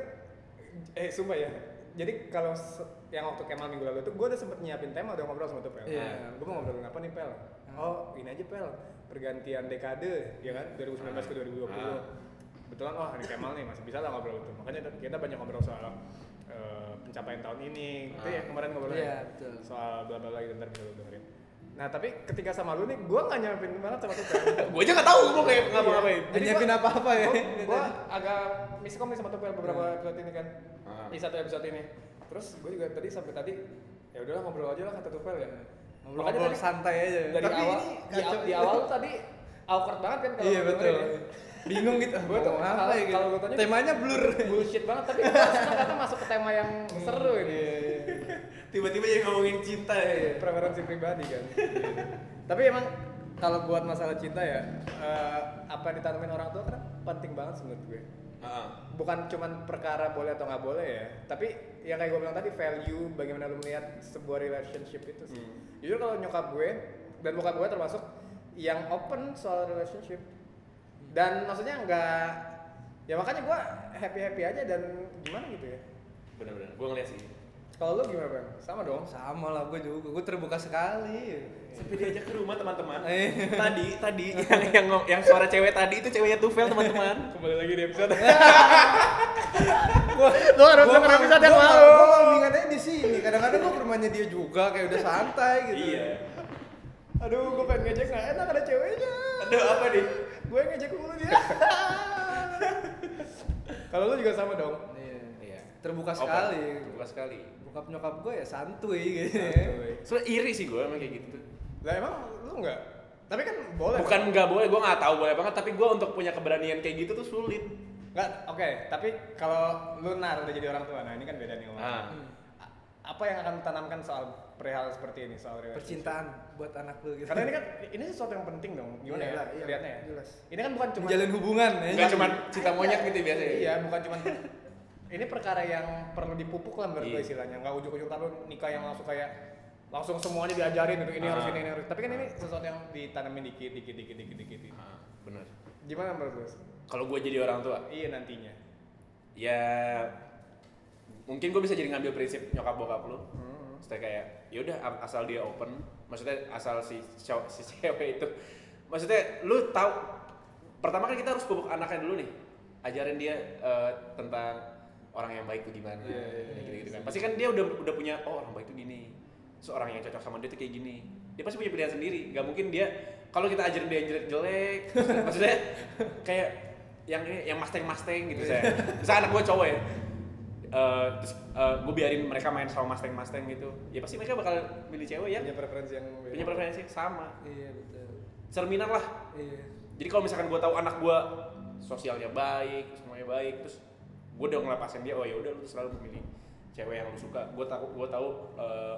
S1: eh sumpah ya. Jadi kalau se- yang waktu Kemal minggu lalu tuh gue udah sempet nyiapin tema udah ngobrol sama tuh Pel.
S2: Iya. Hmm.
S1: Gue mau ngobrolin apa nih Pel? Oh ini aja Pel, pergantian dekade ya kan 2019 ke 2020.
S3: Ah.
S1: Betulan oh ini Kemal nih masih bisa lah ngobrol itu. Makanya kita banyak ngobrol soal eh, pencapaian tahun ini. Itu
S3: Ah.
S1: ya kemarin ngobrol
S2: Iya, betul.
S1: soal bla bla bla gitu ntar bisa lu dengerin. Nah tapi ketika sama lu nih gue nggak nyiapin banget sama tuh Pel.
S3: gue aja nggak tahu gue kayak ngapa ngapain
S2: Nggak nyiapin apa-apa ya.
S1: Iya. Gua- Gua agak miskom nih sama Topel beberapa episode ini kan.
S3: Ah.
S1: Di satu episode ini. Terus gue juga tadi sampai tadi ya udahlah ngobrol aja lah kata Topel ya. Makanya
S2: Ngobrol
S1: tadi-
S2: santai aja.
S1: Dari
S2: Tapi
S1: awal
S2: ini
S1: di,
S2: kacau.
S1: di awal tadi awkward banget kan kalau
S2: Iya
S1: gua
S2: betul.
S1: dengerin ya.
S2: Bingung gitu.
S1: Gua tuh
S2: mau
S1: kalau-
S2: apa ya gitu.
S1: kalau gua tanya-
S2: Temanya blur.
S1: Bullshit banget tapi maksudnya kata masuk ke tema yang seru ini. iya.
S3: tiba-tiba jadi ngomongin cinta ya
S1: Preferensi pribadi kan. tapi emang kalau buat masalah cinta ya eh, apa yang ditanemin orang tua kan penting banget sih menurut gue.
S3: Ah,
S1: bukan cuman perkara boleh atau nggak boleh ya tapi yang kayak gue bilang tadi value bagaimana lu melihat sebuah relationship itu sih
S3: Hmm.
S1: jujur kalau nyokap gue dan bokap gue termasuk yang open soal relationship dan maksudnya nggak ya makanya gue happy happy aja dan gimana gitu ya
S3: bener-bener gue ngeliat sih
S1: kalau lu gimana bang sama dong
S2: Sama lah gue juga. Gue terbuka sekali.
S3: sampai diajak ke rumah teman-teman
S2: Eh.
S3: tadi tadi yang yang ngo- yang suara cewek tadi itu ceweknya Tufel teman-teman
S1: kembali lagi di episode
S2: Lo
S1: harus denger episode yang lalu.
S2: Gue mendingannya di sini. Kadang-kadang gue ke rumahnya dia juga kayak udah santai gitu.
S3: iya
S1: aduh gue pengen ngejek nggak enak ada ceweknya
S3: aduh apa nih
S1: gue ngejek mulu dia kalau lu juga sama dong
S2: Iya.
S3: iya
S2: Terbuka sekali.
S3: terbuka sekali
S2: Bokap nyokap gue ya santuy gitu.
S3: Iya.
S1: Iya.
S3: Soalnya iri sih gue emang kayak gitu tuh.
S1: Lah emang lu enggak? Tapi kan boleh.
S3: Bukan nggak boleh, gue nggak tahu boleh banget, tapi gue untuk punya keberanian kayak gitu tuh sulit.
S1: Enggak, oke, tapi kalau lu nar udah jadi orang tua, nah ini kan beda nih Om.
S3: Ah.
S1: A- Apa yang akan lu tanamkan soal perihal seperti ini, soal relationship?
S2: Percintaan buat anak lu gitu.
S1: Karena ini kan ini sesuatu yang penting dong, gimana
S2: Iyalah,
S1: ya?
S2: iya,
S1: Lihatnya ya.
S2: jelas.
S1: Ini kan bukan cuma
S2: menjalin hubungan ya.
S3: Nggak cuma cinta monyet gitu biasanya.
S1: Iya, bukan cuma ini perkara yang perlu dipupuk lah menurut gue
S3: Iya.
S1: istilahnya. Enggak ujuk-ujuk ntar lu nikah yang langsung kayak langsung semuanya diajarin gitu ini harus
S3: Ah.
S1: ini, ini harus. Tapi kan ini sesuatu yang ditanamin dikit dikit dikit dikit dikit.
S3: Ah, bener.
S1: Gimana menurut lu?
S3: Kalau gue jadi orang tua,
S1: Iya nantinya.
S3: ya mungkin gue bisa jadi ngambil prinsip nyokap bokap lu. Maksudnya kayak, yaudah a- asal dia open, maksudnya asal si, cow- si cewek itu, maksudnya lu tahu pertama kan kita harus pupuk anaknya dulu nih, ajarin dia eh, tentang orang yang baik itu gimana, gitu-gitu kan. Pasti kan dia udah udah punya, oh orang baik itu gini, seorang yang cocok sama dia tuh kayak gini. Dia pasti punya pilihan sendiri, nggak mungkin dia kalau kita ajarin dia yang jelek, maksudnya kayak yang ini, yang masteng-masteng gitu saya. Misalnya anak gue cowok ya, eh, terus gue biarin mereka main sama masteng-masteng gitu, ya pasti mereka bakal milih cewek yang
S1: Punya preferensi yang beda.
S3: punya preferensi sama.
S2: Iya betul.
S3: Cerminan lah
S2: Iya.
S3: jadi kalau misalkan gue tahu anak gue sosialnya baik semuanya baik terus gue udah ngelepasin dia oh ya udah lu selalu memilih cewek yang lu suka gue tahu gue tahu eh,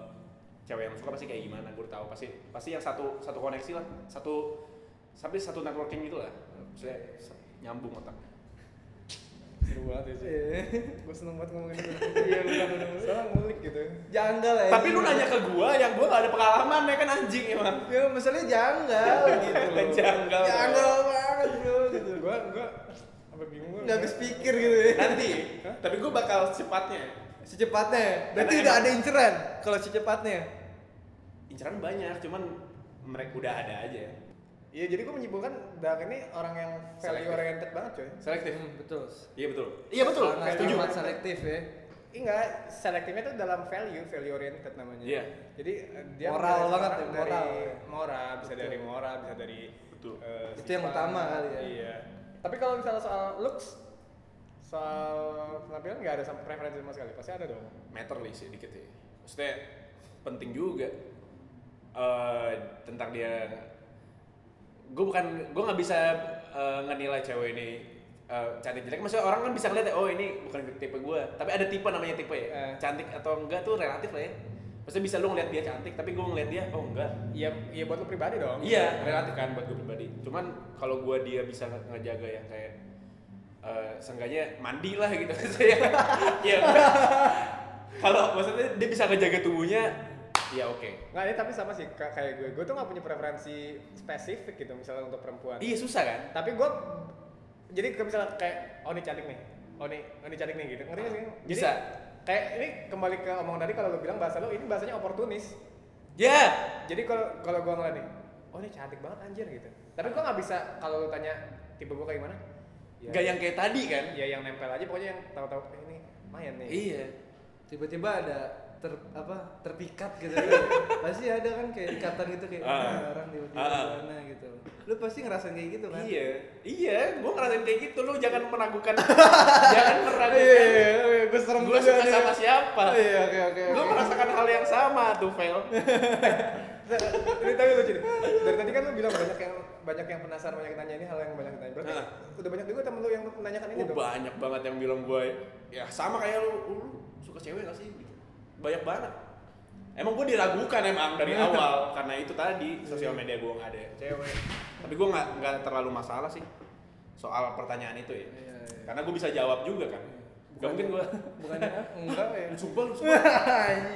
S3: cewek yang lu suka pasti kayak gimana gue tahu pasti pasti yang satu satu koneksi lah satu sampai satu networking gitu lah maksudnya se- nyambung otak
S1: Seru banget ya sih.
S2: Iya.
S1: gue seneng banget ngomongin itu. Iya, udah Soalnya ngulik gitu.
S2: Janggal ya.
S3: tapi lu nanya ke gue yang gue gak ada pengalaman ya kan anjing emang
S2: Ya masalahnya janggal gitu. loh.
S3: Janggal.
S2: Janggal banget bro gitu.
S1: Gue gue sampai bingung gue.
S2: Nggak habis pikir gitu ya.
S3: nanti tapi gue bakal secepatnya
S2: Secepatnya. Berarti
S3: Karena
S2: udah
S3: emang-
S2: ada inceran kalau secepatnya.
S3: inceran banyak cuman mereka udah ada aja
S1: Iya, jadi gue menyimpulkan Dak ini orang yang value
S3: Selektif.
S1: oriented banget coy.
S3: selektif
S2: Hmm, betul.
S3: iya betul iya betul
S2: Sangat
S3: setuju
S2: amat selektif ya.
S1: Enggak, selektifnya itu dalam value, value oriented namanya.
S3: Iya.
S1: Jadi eh, dia
S2: Moral
S1: menilai
S2: banget
S1: seseorang
S2: ya, moral.
S1: Dari moral, bisa dari moral, bisa dari
S3: Betul.
S1: eh,
S2: Itu yang
S1: sifat.
S2: utama kali ya.
S1: Iya. Tapi kalau misalnya soal looks, soal penampilan nggak ada sama preferensi sama sekali. Pasti ada dong.
S3: matter lah sedikit ya maksudnya penting juga eh, tentang dia gue bukan gue nggak bisa eh, ngenilai cewek ini eh, cantik jelek maksudnya orang kan bisa ngeliat ya, oh ini bukan tipe gue tapi ada tipe namanya tipe ya
S1: Eh.
S3: cantik atau enggak tuh relatif lah ya maksudnya bisa lu ngeliat dia cantik tapi gue ngeliat dia oh enggak
S1: Iya, iya buat lu pribadi dong.
S3: Iya, relatif kan buat gue pribadi. Cuman kalau gue dia bisa nge- ngejaga yang kayak eh seenggaknya mandi lah gitu Iya. saya. Iya. Kalau maksudnya dia bisa ngejaga tubuhnya Iya oke.
S1: Nggak, ini tapi sama sih ka- kayak gue. Gue tuh nggak punya preferensi spesifik gitu misalnya untuk perempuan.
S3: Iya susah kan?
S1: Tapi gue jadi kayak misalnya kayak oh ini cantik nih. Oh ini, oh ini cantik nih gitu. Ngerti nggak sih? Jadi,
S3: Bisa.
S1: Kayak ini kembali ke omongan tadi kalau lo bilang bahasa lo ini bahasanya oportunis.
S3: Ya.
S1: Jadi kalau kalau gue ngeliat nih, oh ini cantik banget anjir gitu. Tapi gue nggak bisa kalau lo tanya tipe gue kayak gimana?
S2: Iya.
S3: Nggak yang kayak tadi kan?
S1: ya yang nempel aja pokoknya yang tahu-tahu eh, ini lumayan nih.
S2: Iya. Tiba-tiba ada ter apa terpikat gitu pasti ada kan kayak ikatan gitu kayak
S3: Ah.
S2: ah, orang tiba-tiba
S3: Ah.
S2: gimana gitu lu pasti ngerasain kayak gitu kan
S3: Iya, iya, gue ngerasain kayak gitu, lu jangan meragukan Jangan meragukan
S2: iya gue serem
S3: Gue suka sama siapa
S2: iya oke oke
S3: Gue merasakan hal yang sama tuh, Vel
S1: ini tapi lucu nih. Dari tadi kan lu bilang banyak yang banyak yang penasaran, banyak yang nanya ini hal yang banyak yang tanya. Berarti
S3: Nah.
S1: udah banyak juga temen lu yang menanyakan ini
S3: Oh,
S2: Gitu.
S1: dong.
S3: banyak banget yang bilang gue Ya sama kayak lu, "Oh, lu suka cewek gak sih? Gitu. Banyak banget Emang gue diragukan emang dari
S2: Iya.
S3: awal Karena itu tadi, sosial media gue gak ada cewek Tapi gue gak, nggak terlalu masalah sih Soal pertanyaan itu ya
S2: Iya, iya.
S3: Karena gue bisa jawab juga kan Gak mungkin gue
S2: bukannya enggak ya
S3: Lu sumpah, lu sumpah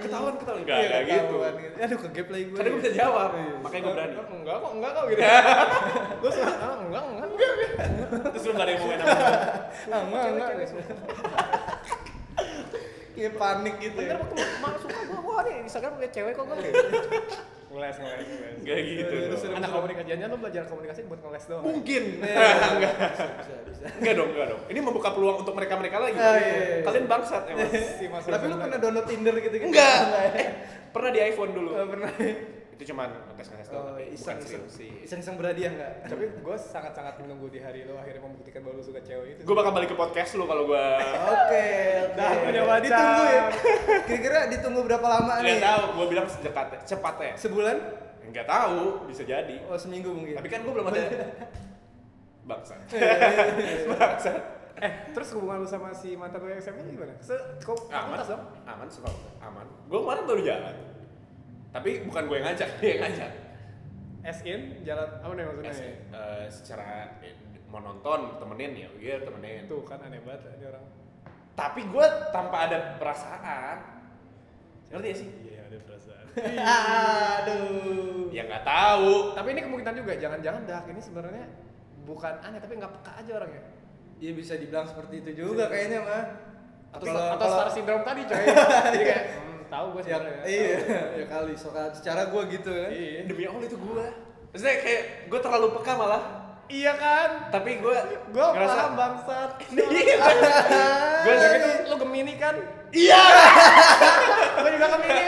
S3: Ketahuan, ketahuan Gak,
S2: Iya,
S3: gak gitu
S2: ketahuan gitu. aduh kegep lagi gue
S3: Karena gue bisa jawab,
S2: Iya.
S3: makanya gue berani
S1: Enggak kok, enggak kok gitu. Gue suka, ah, enggak, enggak, enggak,
S3: Terus lu gak ada yang mau main sama gue
S2: ah enggak enggak kayak panik gitu ya
S1: Bener waktu mak suka gue, wah nih Instagram punya cewek kok gue. Ngeles, ngeles, ngeles.
S3: Gak gitu
S1: Lu
S3: dong.
S1: suruh
S3: Anak
S1: anak komunikasi, jangan lu belajar komunikasi buat ngeles doang.
S3: Mungkin
S2: Iya,
S3: Enggak
S2: bisa bisa bisa
S3: Enggak dong, enggak dong Ini membuka peluang untuk mereka-mereka lagi
S2: Ah, iya, iya.
S3: Kalian bangsat emang
S1: Si Mas
S2: tapi lu
S1: Rizal.
S2: pernah download Tinder gitu gitu
S3: Enggak Eh, Pernah di iPhone dulu
S2: Nggak pernah
S3: Itu cuman ngetes-ngetes
S2: Oh,
S3: doang tapi Bukan
S2: iseng iseng
S3: serius sih
S2: iseng iseng berhadiah enggak
S1: Tapi gue sangat-sangat menunggu di hari lo akhirnya membuktikan bahwa lu suka cewek itu.
S3: Gue bakal balik ke podcast lu kalau gue
S2: Oke,
S1: Dah, punya pacar.
S2: Ditunggu ya. Kira-kira ditunggu berapa lama
S3: Gak
S2: nih?
S3: tau, gue bilang secepatnya Cepatnya
S2: Sebulan?
S3: Enggak tahu, bisa jadi
S2: Oh, seminggu mungkin.
S3: Tapi kan gue belum ada Bangsat
S1: Eh, terus hubungan lu sama si mantan lu yang SMA -nya gimana? Se kok
S3: aman
S1: dong?
S3: aman sefakultas aman gue kemarin baru jalan tapi bukan gue yang ngajak dia yang ngajak
S1: As in jalan apa nih maksudnya?
S3: Eh, eh, secara eh, mau nonton temenin ya iya temenin
S1: Tuh kan aneh banget ini orang.
S3: tapi gue tanpa ada perasaan ngerti ya sih
S1: Iya, ada perasaan.
S2: Aduh.
S3: ya nggak tahu
S1: tapi ini kemungkinan juga jangan-jangan dah ini sebenarnya bukan aneh tapi nggak peka aja orangnya.
S2: Iya bisa dibilang seperti itu juga kayaknya mah.
S1: Atau
S2: Kalau-
S1: atau
S2: kalau-
S1: star syndrome tadi coy. Jadi kayak hmm, tahu gue
S2: Ya,
S1: sebenarnya.
S2: iya, ya kali. Soal secara gua gitu kan.
S1: Iya.
S3: demi allah itu gue maksudnya kayak gue terlalu peka malah
S1: Iya kan?
S3: tapi gue
S1: Gue paham bangsat. Iya.
S3: Gua
S1: Gue
S3: lagi
S1: gitu lu Gemini kan?
S3: iya
S1: Gue juga Gemini.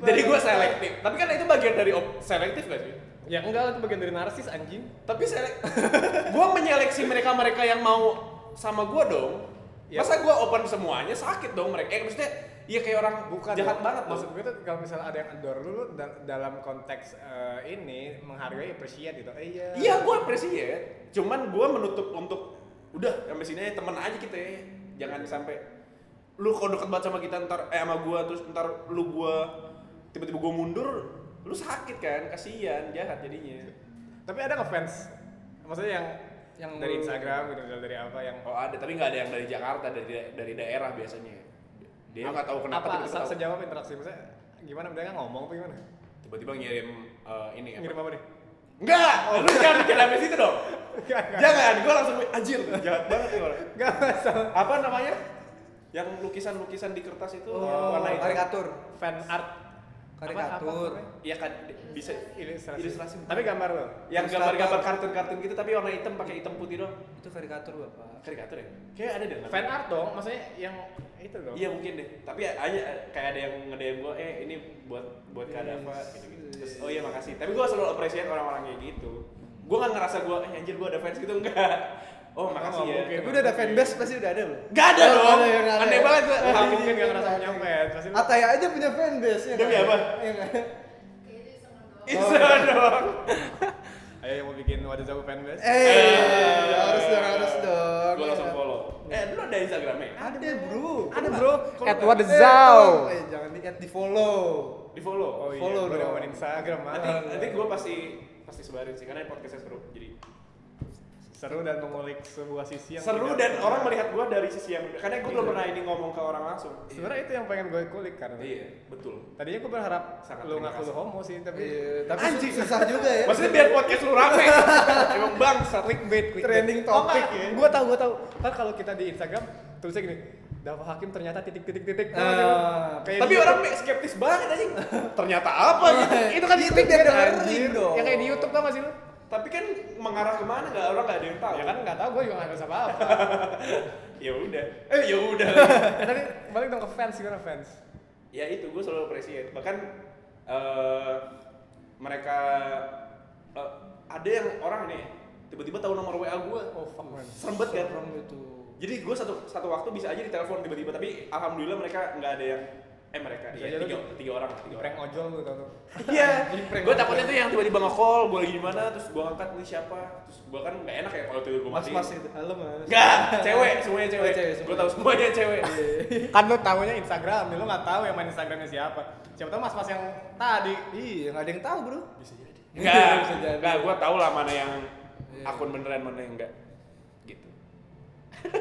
S3: jadi gue selektif tapi kan itu bagian dari op- selektif gak sih
S1: ya enggak lah, itu bagian dari narsis anjing.
S3: Tapi selek gua menyeleksi mereka-mereka yang mau sama gua dong.
S1: Ya.
S3: Masa gua open semuanya sakit dong mereka. Eh maksudnya ya kayak orang
S1: bukan
S3: jahat
S1: dong.
S3: banget
S1: maksud
S3: maksud.
S1: gue tuh kalau misalnya ada yang adore lu, lu da- dalam konteks eh, ini menghargai appreciate gitu eh, iya
S3: Iya, gua appreciate. Cuman gua menutup untuk udah sampai sini aja teman aja kita ya. Jangan sampai lu kalau deket banget sama kita ntar eh sama gua terus ntar lu gua tiba-tiba gua mundur lu sakit kan kasihan jahat jadinya
S1: tapi ada ngefans maksudnya yang yang
S2: Yang
S1: dari
S2: lu-
S1: Instagram gitu misalnya dari apa yang
S3: oh ada tapi nggak ada yang dari Jakarta dari dari daerah biasanya dia nggak tahu kenapa
S1: apa
S3: tiba-tiba
S1: se-
S3: tahu.
S1: sejauh apa interaksi maksudnya gimana mereka ngomong apa gimana
S3: tiba-tiba ngirim eh, ini apa
S1: ngirim apa nih
S3: Enggak, lu jangan bikin sampai situ dong.
S1: Enggak, enggak.
S3: jangan, gua langsung anjir, jahat banget nih orang.
S1: nggak masalah
S3: Apa namanya? Yang lukisan-lukisan di kertas itu yang
S2: Oh,
S3: Iya, warna itu.
S2: karikatur.
S1: fan art
S2: Karikatur.
S1: apa namanya?
S3: Iya kan di- bisa
S1: ilustrasi,
S3: Ilustrasi.
S1: tapi gambar lo
S3: yang gambar-gambar kartun-kartun gitu tapi warna hitam pakai hitam putih doang.
S2: Itu karikatur, Bapak.
S3: Karikatur ya? Kayak ada deh. namanya.
S1: fan art dong maksudnya yang itu dong
S3: Iya mungkin deh. Tapi aja kayak ada yang nge-DM gua, "Eh, ini buat buat Kadava gitu-gitu." Terus, "Oh iya, makasih." Tapi gua selalu appreciate orang-orang kayak gitu. Gua nggak ngerasa gua, "Eh, anjir gua ada fans gitu." Enggak. Oh, makasih ya.
S1: mungkin.
S2: Tapi udah ada fanbase pasti udah ada belum?
S3: Gak ada dong.
S2: ada yang ada.
S3: Aneh banget gua.
S1: Nggak mungkin nggak ngerasa punya fans pasti lu-
S2: Ataya Iya, aja punya fanbase ya.
S3: Demi
S2: kan?
S3: apa?
S2: Iya kan?
S4: Kayaknya seneng doang.
S3: Bisa dong.
S1: ayo yang mau bikin wadah jago fanbase
S2: Eh, harus dong, harus dong.
S3: Gue langsung follow. Eh, lu ada Instagramnya?
S2: Ada, Bro.
S1: ada bro
S2: At
S1: what
S2: Eh, tolong. Eh, jangan di at di follow.
S3: Di follow.
S1: Oh iya,
S2: Follow
S1: follow
S2: dong.
S1: dong. Instagram ah.
S3: Nanti,
S1: malah.
S3: nanti gue pasti pasti sebarin sih karena podcastnya seru. Jadi
S1: seru dan mengulik sebuah sisi yang
S3: seru
S1: tidak- Iya.
S3: dan orang melihat gua dari sisi yang karena gua belum pernah ini ngomong ke orang langsung
S1: sebenarnya itu yang pengen gue kulik karena
S3: iya betul
S1: tadinya gue berharap
S3: Sangat
S1: lu
S3: terima
S1: ngaku lu
S3: kasih.
S1: homo sih tapi
S2: Iya, tapi su- susah juga ya.
S3: maksudnya biar podcast lu rame emang bangsa clickbait clickbait.
S1: trending
S3: Oh,
S1: topik
S3: enggak.
S1: ya gue tau gue tau kan kalau kita di Instagram tulisnya gini Dafa Hakim ternyata titik titik titik Tau nggak sih lu?
S2: Ah,
S1: Kayak
S3: tapi
S1: di-
S3: orang kayak gitu. skeptis banget anjing ternyata apa gitu
S1: itu kan
S2: Titik
S1: clickbait
S2: dia
S1: kan,
S2: dengerin
S1: anjir.
S2: dong.
S1: yang kayak di YouTube tau gak sih lu
S3: tapi kan mengarah kemana nggak orang nggak ada yang tahu
S1: ya kan nggak tau gue juga nggak bisa apa apa
S3: ya udah eh ya udah
S1: tadi balik dong ke fans gimana fans
S3: ya itu gue selalu appreciate bahkan eh, mereka eh, ada yang orang nih tiba-tiba tahu nomor WA gue
S1: oh fuck man
S3: serem banget kan
S2: Serem itu.
S3: jadi gue satu satu waktu bisa aja ditelepon tiba-tiba tapi alhamdulillah mereka nggak ada yang eh mereka
S1: Bisa
S3: ya,
S1: aja
S3: tiga,
S1: lu-
S3: tiga orang tiga orang
S1: prank ojol lu tau tuh
S3: iya
S1: Jadi prank
S3: gue
S1: ojol.
S3: takutnya tuh yang tiba-tiba nge-call gue lagi di mana terus gue angkat ini siapa terus gue kan nggak enak ya kalau tidur gue
S2: Mas
S3: mati
S2: mas itu halo mas.
S3: Enggak, cewek, semuanya cewek.
S2: Oh, cewek,
S3: Gue tahu semuanya cewek.
S1: kan lu taunya Instagram ya lu nggak tahu yang main Instagramnya siapa siapa tahu mas mas yang tadi
S2: Iya nggak ada yang tahu bro. Bisa jadi.
S3: Enggak, enggak gue tahu lah mana yang akun beneran mana yang enggak. Gitu.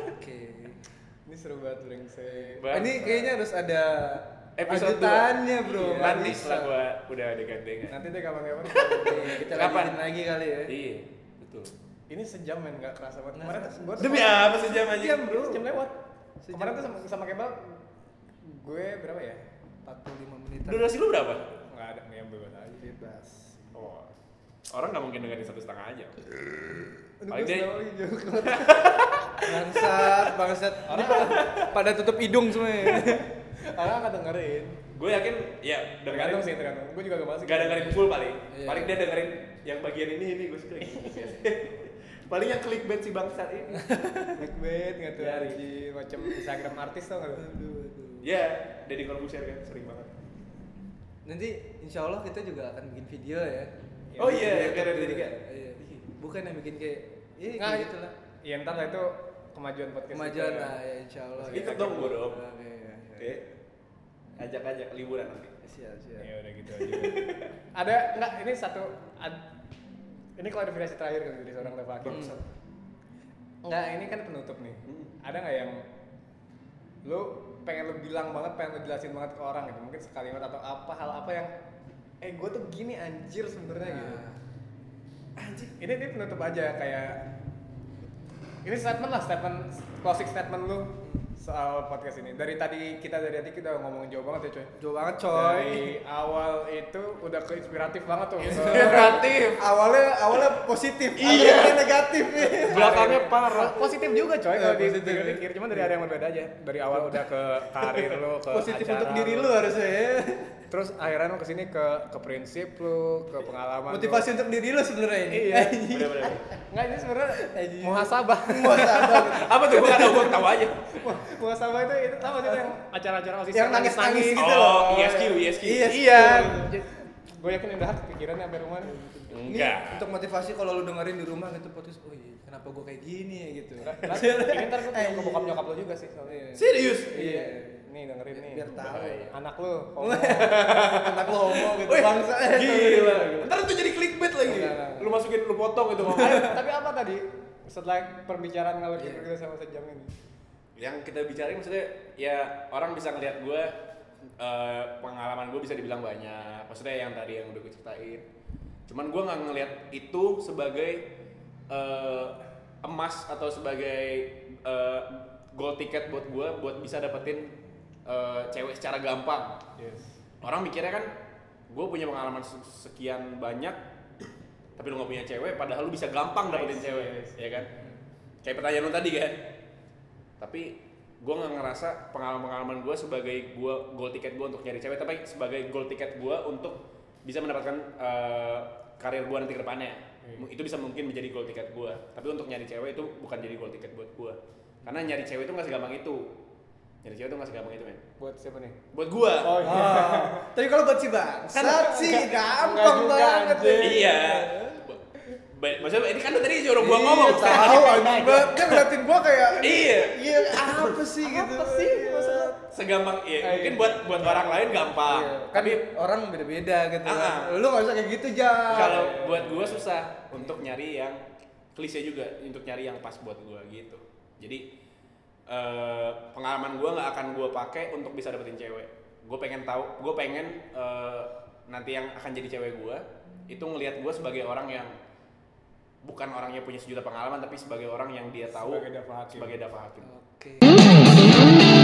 S2: Oke.
S1: ini seru banget brengsek
S3: Bang,
S2: Ini kayaknya harus ada
S3: Episode
S2: lanjutannya bro.
S3: bro,
S2: nggak
S3: manis
S2: bisa.
S3: lah gue udah ada gandengan.
S1: nanti deh kapan-kapan
S2: Iya, Kita
S3: Kapan?
S2: lanjutin lagi kali ya.
S3: Iya, betul.
S1: ini sejam men nggak kerasa banget kemarin tuh gua
S3: Demi apa sejam aja?
S1: sejam bro sejam lewat
S2: Sejam.
S1: kemarin tuh sama, sama Kemal gue berapa ya
S2: 45 menit.
S3: Durasi lu berapa?
S1: nggak ada yang bebas aja bebas
S3: Oh. Orang nggak mungkin dengerin satu setengah aja.
S1: Aduh,
S3: Paling
S1: gue
S3: dia-
S1: sedang lagi jauh
S2: Bangsat, bangsat. Orang pada tutup hidung semuanya.
S1: orang akan dengerin
S3: Gue yakin, ya
S1: tergantung sih
S3: dengerin.
S1: tergantung gue juga gak masuk
S3: Gak dengerin full paling.
S2: Iya.
S3: Paling dia dengerin yang bagian ini ini gue suka. paling yang clickbait si bangsat ini.
S1: clickbait nggak tuh
S2: Ya,
S3: Iya.
S2: gitu.
S1: anjing. macam Instagram artis tau nggak
S2: Iya,
S1: lu?
S3: Ya, Deddy Corbuzier kan sering banget.
S2: Nanti insya Allah kita juga akan bikin video ya.
S3: Oh iya, yang kayak Deddy
S2: Iya.
S3: kan.
S2: Bukan yang bikin kayak, iya
S3: Nah,
S1: Nggak,
S2: kayak gitu lah.
S1: ya ntar lah itu kemajuan podcast
S2: Kemajuan
S1: kita.
S2: lah ya insya Allah. ya.
S3: Ikut dong gue dong.
S2: Oke, ya,
S3: Oke.
S2: ya.
S3: Ajak-ajak liburan nanti.
S2: Siap, siap.
S3: Iya.
S1: ya udah gitu aja ada nggak ini satu ad- ini klarifikasi terakhir kali dari seorang Reva Hakim
S2: Bangsat. Hmm.
S1: nggak ini kan penutup nih
S3: Hmm.
S1: ada nggak yang lu pengen lu bilang banget pengen lu jelasin banget ke orang gitu mungkin sekalimat atau apa hal apa yang eh gue tuh gini anjir sebenarnya
S3: Iya.
S1: gitu
S2: Nah.
S1: anjir ini ini penutup aja kayak ini statement lah statement closing statement lu soal podcast ini dari tadi kita dari tadi kita ngomongin jauh banget ya coy
S2: Jauh banget
S3: Iya,
S2: coy.
S1: dari awal itu udah ke inspiratif banget tuh
S2: Kreatif. awalnya awalnya positif,
S3: Iya.
S2: akhirnya negatif nih.
S3: Belakangnya parah.
S1: positif juga coy kalau
S2: Eh,
S1: di
S2: positif, ya.
S1: pikir cuma dari ada yang berbeda aja dari awal udah ke karir lo ke
S2: Positif
S1: acara
S2: untuk diri lu harusnya ya.
S1: terus akhirnya lo kesini ke ke prinsip lu ke pengalaman lu.
S2: Motivasi untuk diri lu sebenarnya ini.
S1: Iya.
S3: Bener-bener.
S1: nggak ini sebenarnya
S2: Anjing.
S1: muhasabah
S2: Mau sabar.
S3: Apa tuh? Gue ada gue tahu aja.
S1: muhasabah itu itu tahu itu yang acara-acara osis
S2: Yang nangis-nangis gitu loh.
S3: Oh, ISQ, ISQ.
S2: Iya.
S1: iya gue yakin udah kepikirannya sampai rumah
S2: Ini
S3: Enggak.
S2: untuk motivasi kalau lu dengerin di rumah gitu podcast, oh iya, kenapa gua kayak gini ya gitu.
S1: Ntar- ini ntar
S2: Eh,
S1: gue tanya ke
S2: iya.
S1: bokap nyokap lo juga sih soalnya
S3: Serius?
S1: Iya. Nih dengerin nih.
S2: Biar tahu.
S1: Anak lu. homo.
S2: Anak lo homo gitu
S3: Wih,
S2: bangsa.
S3: Gila. Ntar itu jadi clickbait lagi.
S1: Enggak, enggak.
S3: Lu masukin, lu potong gitu.
S1: Eh, Tapi apa tadi setelah perbicaraan ngalor gitu
S2: Iya.
S1: kita sama sejam ini?
S3: Yang kita bicarain maksudnya ya orang bisa ngeliat gue eh, pengalaman gue bisa dibilang banyak. Maksudnya yang tadi yang udah gue ceritain. Cuman gue nggak ngeliat itu sebagai eh, emas atau sebagai eh, gold ticket buat gue buat bisa dapetin eh, cewek secara gampang.
S1: Yes.
S3: orang mikirnya kan gue punya pengalaman se- sekian banyak tapi lu gak punya cewek padahal lu bisa gampang dapetin cewek ya kan kayak pertanyaan lu tadi kan tapi gue nggak ngerasa pengalaman-pengalaman gue sebagai gue goal ticket gue untuk nyari cewek tapi sebagai goal ticket gue untuk bisa mendapatkan eh, karir gue nanti ke depannya Mu- itu bisa mungkin menjadi goal ticket gue tapi untuk nyari cewek itu bukan jadi goal ticket buat gue karena nyari cewek itu nggak segampang itu nyari cewek itu nggak segampang itu men
S1: Buat siapa nih?
S3: buat gue
S1: Oh iya.
S2: Ah. Tapi kalau buat si
S3: Kan
S2: bangsat sih
S1: enggak
S2: gampang
S1: juga,
S2: banget.
S1: anjing.
S2: ya.
S3: Iya. Ba- Maksudnya ini kan lu tadi nyuruh gua
S2: Iya,
S3: ngomong.
S2: Tahu anjing banget kan ngeliatin gua kayak
S3: Iya.
S2: Iya, apa sih gitu.
S1: Apa sih?
S2: Iya.
S1: Maksudnya?
S3: Segampang iya.
S1: Iya.
S3: Mungkin buat buat orang lain gampang.
S2: Iya, Kan
S3: Tapi
S2: orang beda-beda gitu.
S3: Ah,
S2: kan. Lu enggak usah kayak gitu, Jan.
S3: kalau buat gua susah untuk nyari yang klise juga untuk nyari yang pas buat gua gitu jadi eh, pengalaman gua nggak akan gua pakai untuk bisa dapetin cewek gue pengen tahu gue pengen eh, nanti yang akan jadi cewek gua itu ngelihat gua sebagai orang yang bukan orangnya punya sejuta pengalaman tapi sebagai orang yang dia tahu
S5: Sebagai Dava Hakim.
S3: sebagai Dava Hakim.
S2: Oke.